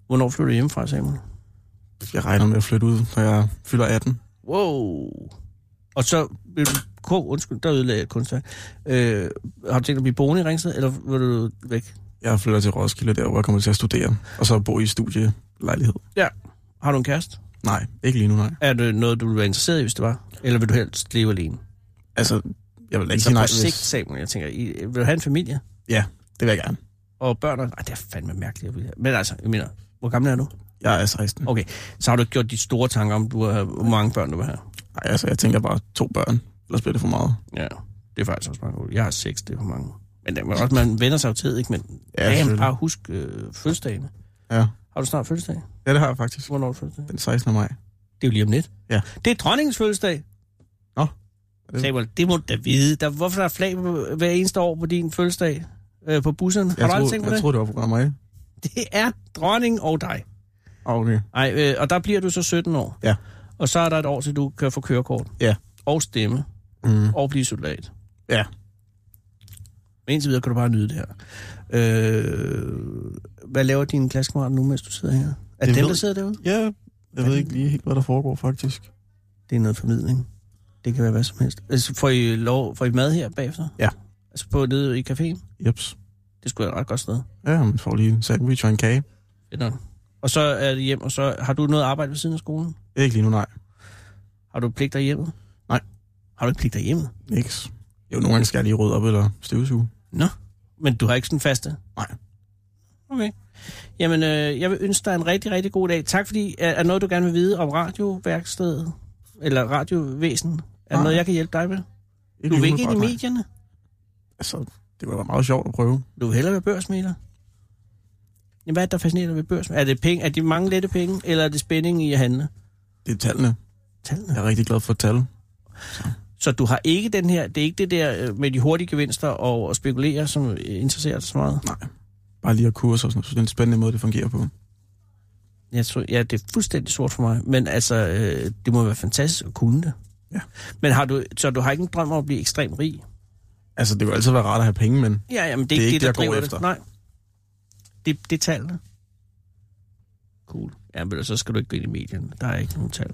S3: Hvornår flytter du hjemmefra, Samuel?
S8: Jeg regner med at flytte ud, når jeg fylder 18.
S3: Wow. Og så vil du... Ko, undskyld, der ødelagde jeg et kunstværk. Øh, har du tænkt dig at blive boende i Ringsted, eller vil du væk?
S8: Jeg flytter til Roskilde, der hvor jeg kommer til at studere. Og så bo i studielejlighed.
S3: Ja. Har du en kæreste?
S8: Nej, ikke lige nu, nej.
S3: Er det noget, du ville være interesseret i, hvis det var? Eller vil du helst leve alene?
S8: Altså, jeg vil da ikke
S3: Så
S8: sige nej,
S3: på sigt,
S8: hvis...
S3: Samuel, jeg tænker, I, vil du have en familie?
S8: Ja, det vil jeg gerne.
S3: Og børn? og- Ej, det er fandme mærkeligt. at ville have. Men altså, jeg mener, hvor gammel er du?
S8: Jeg er 16.
S3: Okay, så har du ikke gjort de store tanker om, du har, hvor mange børn du vil have.
S8: Nej, altså, jeg tænker bare to børn. Ellers bliver det for meget.
S3: Ja, det er faktisk også mange. Jeg har seks, det er for mange. Men det, man, også, man vender sig jo tid, ikke? Men
S8: Ja,
S3: ja, damn,
S8: selvfølgelig.
S3: bare husk øh, fødselsdagene.
S8: Ja.
S3: Har du snart fødselsdag?
S8: ja, det har jeg faktisk.
S3: Hvornår er du fødselsdag?
S8: Den 16. maj.
S3: Det er jo lige om lidt.
S8: Ja.
S3: Det er dronningens fødselsdag.
S8: Nå.
S3: Det... Samuel, det må du da vide. Der, hvorfor der er flag på- hver eneste år på din fødselsdag øh, på bussen?
S8: Jeg
S3: har du aldrig
S8: troede,
S3: tænkt på
S8: jeg
S3: det?
S8: troede, det var på grund af mig.
S3: Det er dronning og dig.
S8: Ah, okay.
S3: Ej, øh, og der bliver du så 17 år.
S8: Ja.
S3: Og så er der et år, til du kan få kørekort.
S8: Ja.
S3: Og stemme.
S8: Mm.
S3: Og blive soldat.
S8: Ja.
S3: Men indtil videre kan du bare nyde det her. Øh, hvad laver dine klassekammerater nu, mens du sidder her? Er det dem,
S8: Det ved-
S3: der sidder derude?
S8: Ja, jeg ved ikke lige helt, hvad der foregår, faktisk.
S3: Det er noget formidling. Det kan være hvad som helst. Altså, får, I lov, får I mad her bagefter?
S8: Ja.
S3: Altså på nede i caféen?
S8: Jeps.
S3: Det skulle være et ret godt sted.
S8: Ja, man får lige en sandwich og en kage.
S3: Fedt nok. Og så er det hjem, og så har du noget arbejde ved siden af skolen?
S8: Ikke lige nu, nej.
S3: Har du pligt derhjemme?
S8: Nej.
S3: Har du ikke pligt derhjemme?
S8: Niks. Jo, nogle gange skal jeg lige rydde op eller støvsuge.
S3: Nå, men du har ikke sådan faste?
S8: Nej.
S3: Okay. Jamen, øh, jeg vil ønske dig en rigtig, rigtig god dag. Tak fordi, er, er noget, du gerne vil vide om radioværkstedet? Eller radiovæsen? Er der
S8: Nej.
S3: noget, jeg kan hjælpe dig med?
S8: Ikke
S3: Du vil
S8: lige
S3: ikke ind i
S8: umiddelbart, nej.
S3: medierne?
S8: Altså, det kunne da være meget sjovt at prøve.
S3: Du vil hellere være børsmæler? Jamen, hvad er det, der fascinerer dig ved børsmæler? Er det penge? Er det mange lette penge, eller er det spænding i at handle?
S8: Det er tallene.
S3: Tallene.
S8: Jeg er rigtig glad for tal.
S3: Så du har ikke den her, det er ikke det der øh, med de hurtige gevinster og, og spekulere, som øh, interesserer dig så meget?
S8: Nej. Bare lige at kurse og sådan noget. Så det er en spændende måde, det fungerer på.
S3: Jeg tror, ja, det er fuldstændig sort for mig, men altså, øh, det må være fantastisk at kunne det.
S8: Ja.
S3: Men har du, så du har ikke en drøm om at blive ekstremt rig?
S8: Altså, det kunne altid være rart at have penge, men
S3: Ja, jamen det
S8: Det
S3: er
S8: er
S3: ikke det,
S8: ikke
S3: der
S8: det, jeg går
S3: driver det.
S8: efter.
S3: Nej. Det, det er tallene. Cool. Ja, men så skal du ikke gå ind i medierne. Der er ikke nogen tal.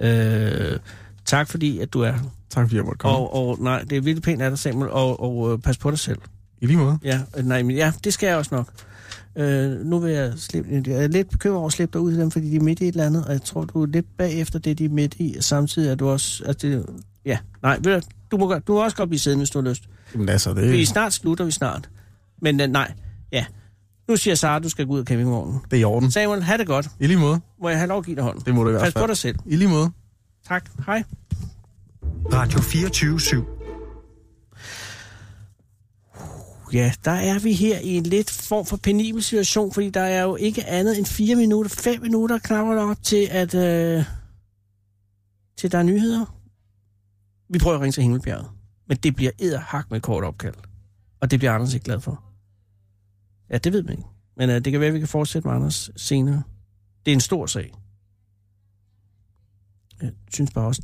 S3: Øh, tak fordi, at du er her.
S8: tak fordi jeg måtte komme.
S3: Og, og nej, det er virkelig pænt af dig, Samuel, og, og øh, pas på dig selv.
S8: I lige måde.
S3: Ja, øh, nej, men ja, det skal jeg også nok. Øh, nu vil jeg slippe, jeg er lidt bekymret over at slippe dig ud i dem, fordi de er midt i et eller andet, og jeg tror, du er lidt bagefter det, de er midt i, og samtidig er du også... At det, ja, nej, ved du, du, må, godt- du må også godt blive siddende, hvis du har lyst.
S8: Jamen altså, det,
S3: Vi er snart slutter vi snart. Men øh, nej, ja. Nu siger Sara, du skal gå ud af campingvognen.
S8: det er i orden.
S3: Samuel, have det godt.
S8: I lige måde.
S3: Må jeg have lov at give dig hånden?
S8: Mm. Det må du i hvert
S3: Pas
S8: fald.
S3: på dig selv.
S8: I lige måde.
S3: Tak. Hej.
S2: Radio 24 /7.
S3: Uh, Ja, der er vi her i en lidt form for penibel situation, fordi der er jo ikke andet end fire minutter, fem minutter knapper der op til, at øh, til der er nyheder. Vi prøver at ringe til Himmelbjerget, men det bliver edderhak med et kort opkald. Og det bliver Anders ikke glad for. Ja, det ved man ikke. Men øh, det kan være, at vi kan fortsætte med Anders senere. Det er en stor sag. Jeg synes bare også,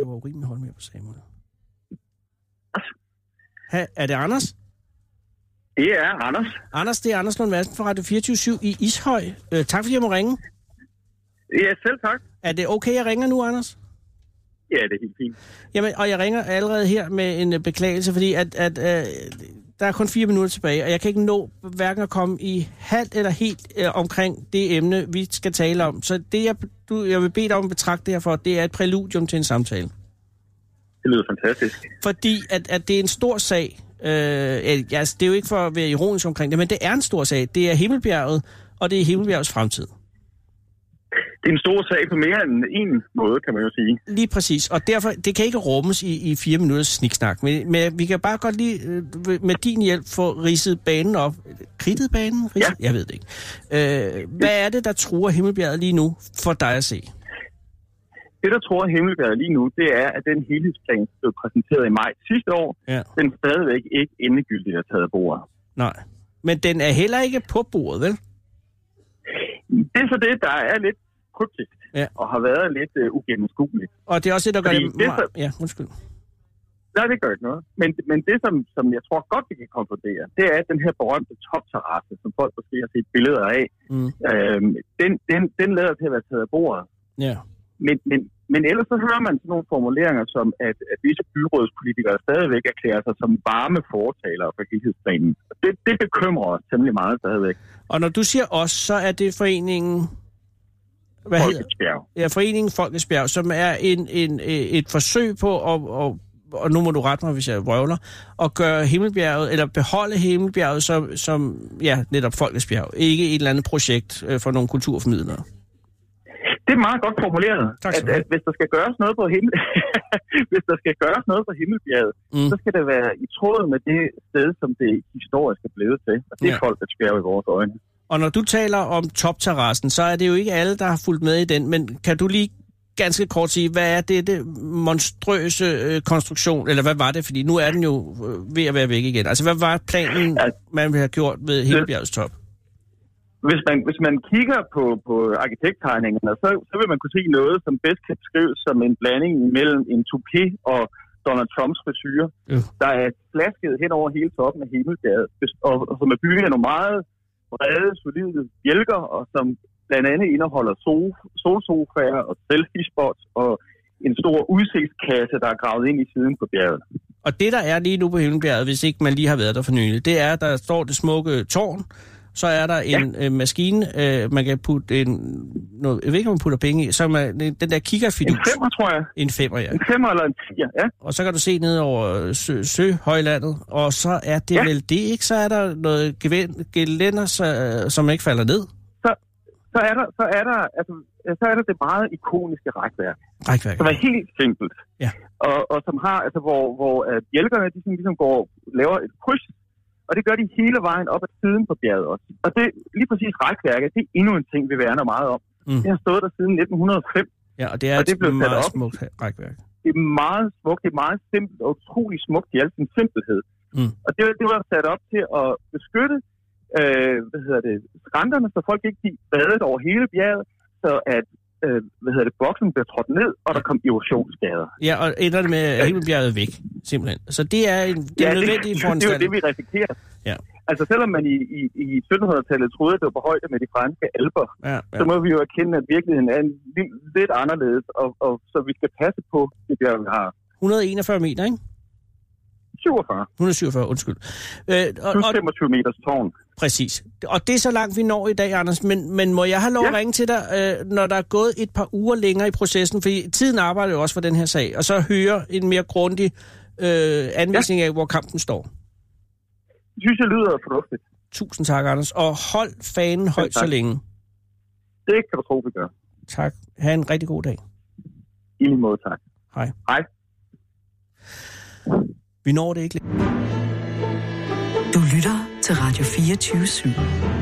S3: det var urimeligt at holde med på Samuel. Ha, er det Anders?
S5: Det er Anders.
S3: Anders, det er Anders Lund Madsen fra Radio 24 i Ishøj. Øh, tak fordi jeg må ringe.
S5: Ja, selv tak.
S3: Er det okay, jeg ringer nu, Anders?
S5: Ja, det er helt fint.
S3: Jamen, og jeg ringer allerede her med en øh, beklagelse, fordi at, at øh, der er kun fire minutter tilbage, og jeg kan ikke nå hverken at komme i halvt eller helt øh, omkring det emne, vi skal tale om. Så det, jeg, du, jeg vil bede dig om at betragte det her for, det er et præludium til en samtale.
S5: Det lyder fantastisk.
S3: Fordi at, at det er en stor sag. Øh, ja, altså, det er jo ikke for at være ironisk omkring det, men det er en stor sag. Det er Himmelbjerget, og det er Himmelbjergets fremtid.
S5: Det er en stor sag på mere end en måde, kan man jo sige.
S3: Lige præcis, og derfor, det kan ikke rummes i, i fire minutters sniksnak, men, men vi kan bare godt lige øh, med din hjælp få ridset banen op. Kridtet banen? Ridset? Jeg ved det ikke. Øh, hvad er det, der truer Himmelbjerget lige nu for dig at se?
S5: Det, der tror Himmelbjerget lige nu, det er, at den helhedsplan, der blev præsenteret i maj sidste år,
S3: Ja.
S5: den stadigvæk ikke endegyldigt er taget af bordet.
S3: Nej. Men den er heller ikke på bordet, vel?
S5: Det er så det, der er lidt kryptisk
S3: Ja.
S5: ja. og har været lidt øh, ugennemskueligt.
S3: Og det er også det, der gør
S5: Fordi
S3: det...
S5: det er
S3: meget- Ja, undskyld.
S5: Nej, det gør ikke noget. Men, men det, som, som jeg tror godt, vi kan konkludere, det er, at den her berømte topterrasse, som folk måske har set billeder af,
S3: Mm.
S5: øh, den, den, den lader til at være taget af bordet.
S3: Ja.
S5: Men, men, men ellers så hører man sådan nogle formuleringer som, at, at visse byrådspolitikere stadigvæk erklærer sig som varme fortalere for helhedsplanen. Det, det bekymrer os temmelig meget stadigvæk.
S3: Og når du siger os, så er det foreningen... Hvad hedder
S5: Folkets Bjerg.
S3: ja, Foreningen Folkets Bjerg, som er en, en, øh, et forsøg på at, og, og nu må du rette mig, hvis jeg vrøvler, at gøre Himmelbjerget, eller beholde Himmelbjerget som, som ja, netop Folkets Bjerg. Ikke et eller andet projekt øh, for nogle kulturformidlere.
S5: Det er meget godt formuleret,
S3: Tak skal
S5: at,
S3: du have.
S5: at hvis der skal gøres noget på himmel, hvis der skal gøres noget på himmelbjerget,
S3: Mm.
S5: mm. så skal det være i tråd med det sted, som det historisk er blevet til. Og det er
S3: Ja.
S5: ja. folkets bjerg i vores øjne.
S3: Og når du taler om topterrassen, så er det jo ikke alle, der har fulgt med i den, men kan du lige ganske kort sige, hvad er det, det monstrøse øh, konstruktion, eller hvad var det? Fordi nu er den jo øh, ved at være væk igen. Altså, hvad var planen,
S5: Altså-
S3: man ville have gjort ved Himmelbjergets top?
S5: Hvis man, hvis man kigger på, på arkitekttegningerne, så, så vil man kunne se noget, som bedst kan beskrives som en blanding mellem en toupé og Donald Trumps frisyr,
S3: Ja.
S5: der er flasket hen over hele toppen af himmelbjerget, bes- og, og som er bygget af nogle meget brede, solide bjælker, og som blandt andet indeholder so- solsofaer og selfie-spots og en stor udsigtskasse, der er gravet ind i siden på bjerget.
S3: Og det, der er lige nu på Himmelbjerget, hvis ikke man lige har været der for nylig, det er, at der står det smukke tårn, så er der en ja. øh, maskine, øh, man kan putte en... Noget, jeg ved ikke, om man putter penge i, som er den der kikkerfidus.
S5: En femmer, tror jeg.
S3: En femmer, ja.
S5: En femmer eller en tiger, ja.
S3: Og så kan du se ned over øh, sø, Søhøjlandet, og så er det ja.
S5: Ja.
S3: vel det, ikke? Så er der noget gevæn- gelænder, så, som ikke falder ned.
S5: Så er der, så er der, altså, så er der det meget ikoniske rækværk.
S3: Rækværk.
S5: som er helt simpelt.
S3: Ja.
S5: Og, og som har, altså hvor, hvor uh, bjælkerne, de sådan ligesom går, laver et kryds, og det gør de hele vejen op ad siden på bjerget også. Og det, lige præcis rækværket, det er endnu en ting, vi værner meget om.
S3: Mm.
S5: Mm. Det har stået der siden 1905.
S3: Ja, og det er
S5: og det
S3: et
S5: blev sat
S3: meget
S5: op.
S3: smukt rækværk.
S5: Det er meget smukt, det er meget simpelt og utrolig smukt i al sin simpelhed.
S3: Mm.
S5: Og det, det var sat op til at beskytte øh, hvad hedder det, skrænterne, så folk ikke gik badet over hele bjerget, så at øh, hvad hedder det, boksen blev trådt ned, og der kom erosionsskader.
S3: Ja, og ender det med, at Himmelbjerget er væk, simpelthen. Så det er en, det er ja, nødvendig
S5: det, det er jo
S3: foranstaltning.
S5: det, vi risikerer.
S3: Ja.
S5: Altså selvom man i, i, i 1700-tallet troede, at det var på højde med de franske alber, ja.
S3: Ja, ja.
S5: så må vi jo erkende, at virkeligheden er en, li- lidt anderledes, og, og så vi skal passe på det der, vi har.
S3: 141 meter, ikke?
S5: 47.
S3: Hun er 47, undskyld. Øh, og,
S5: Plus
S3: og,
S5: 25 meters tårn.
S3: præcis. Og det er så langt, vi når i dag, Anders. Men, men må jeg have lov ja. at
S5: Ja.
S3: ringe til dig, øh, når der er gået et par uger længere i processen? Fordi tiden arbejder jo også for den her sag. Og så høre en mere grundig øh, anvisning ja. af, hvor kampen står.
S5: Jeg synes, det lyder fornuftigt.
S3: Tusind tak, Anders. Og hold fanen højt så
S5: tak.
S3: længe.
S5: Det kan du tro, vi gør.
S3: Tak. Ha' en rigtig god dag.
S5: I lige måde, tak.
S3: Hej.
S5: Hej.
S3: Vi når det ikke. længere.
S1: Du lytter til Radio 24 /7.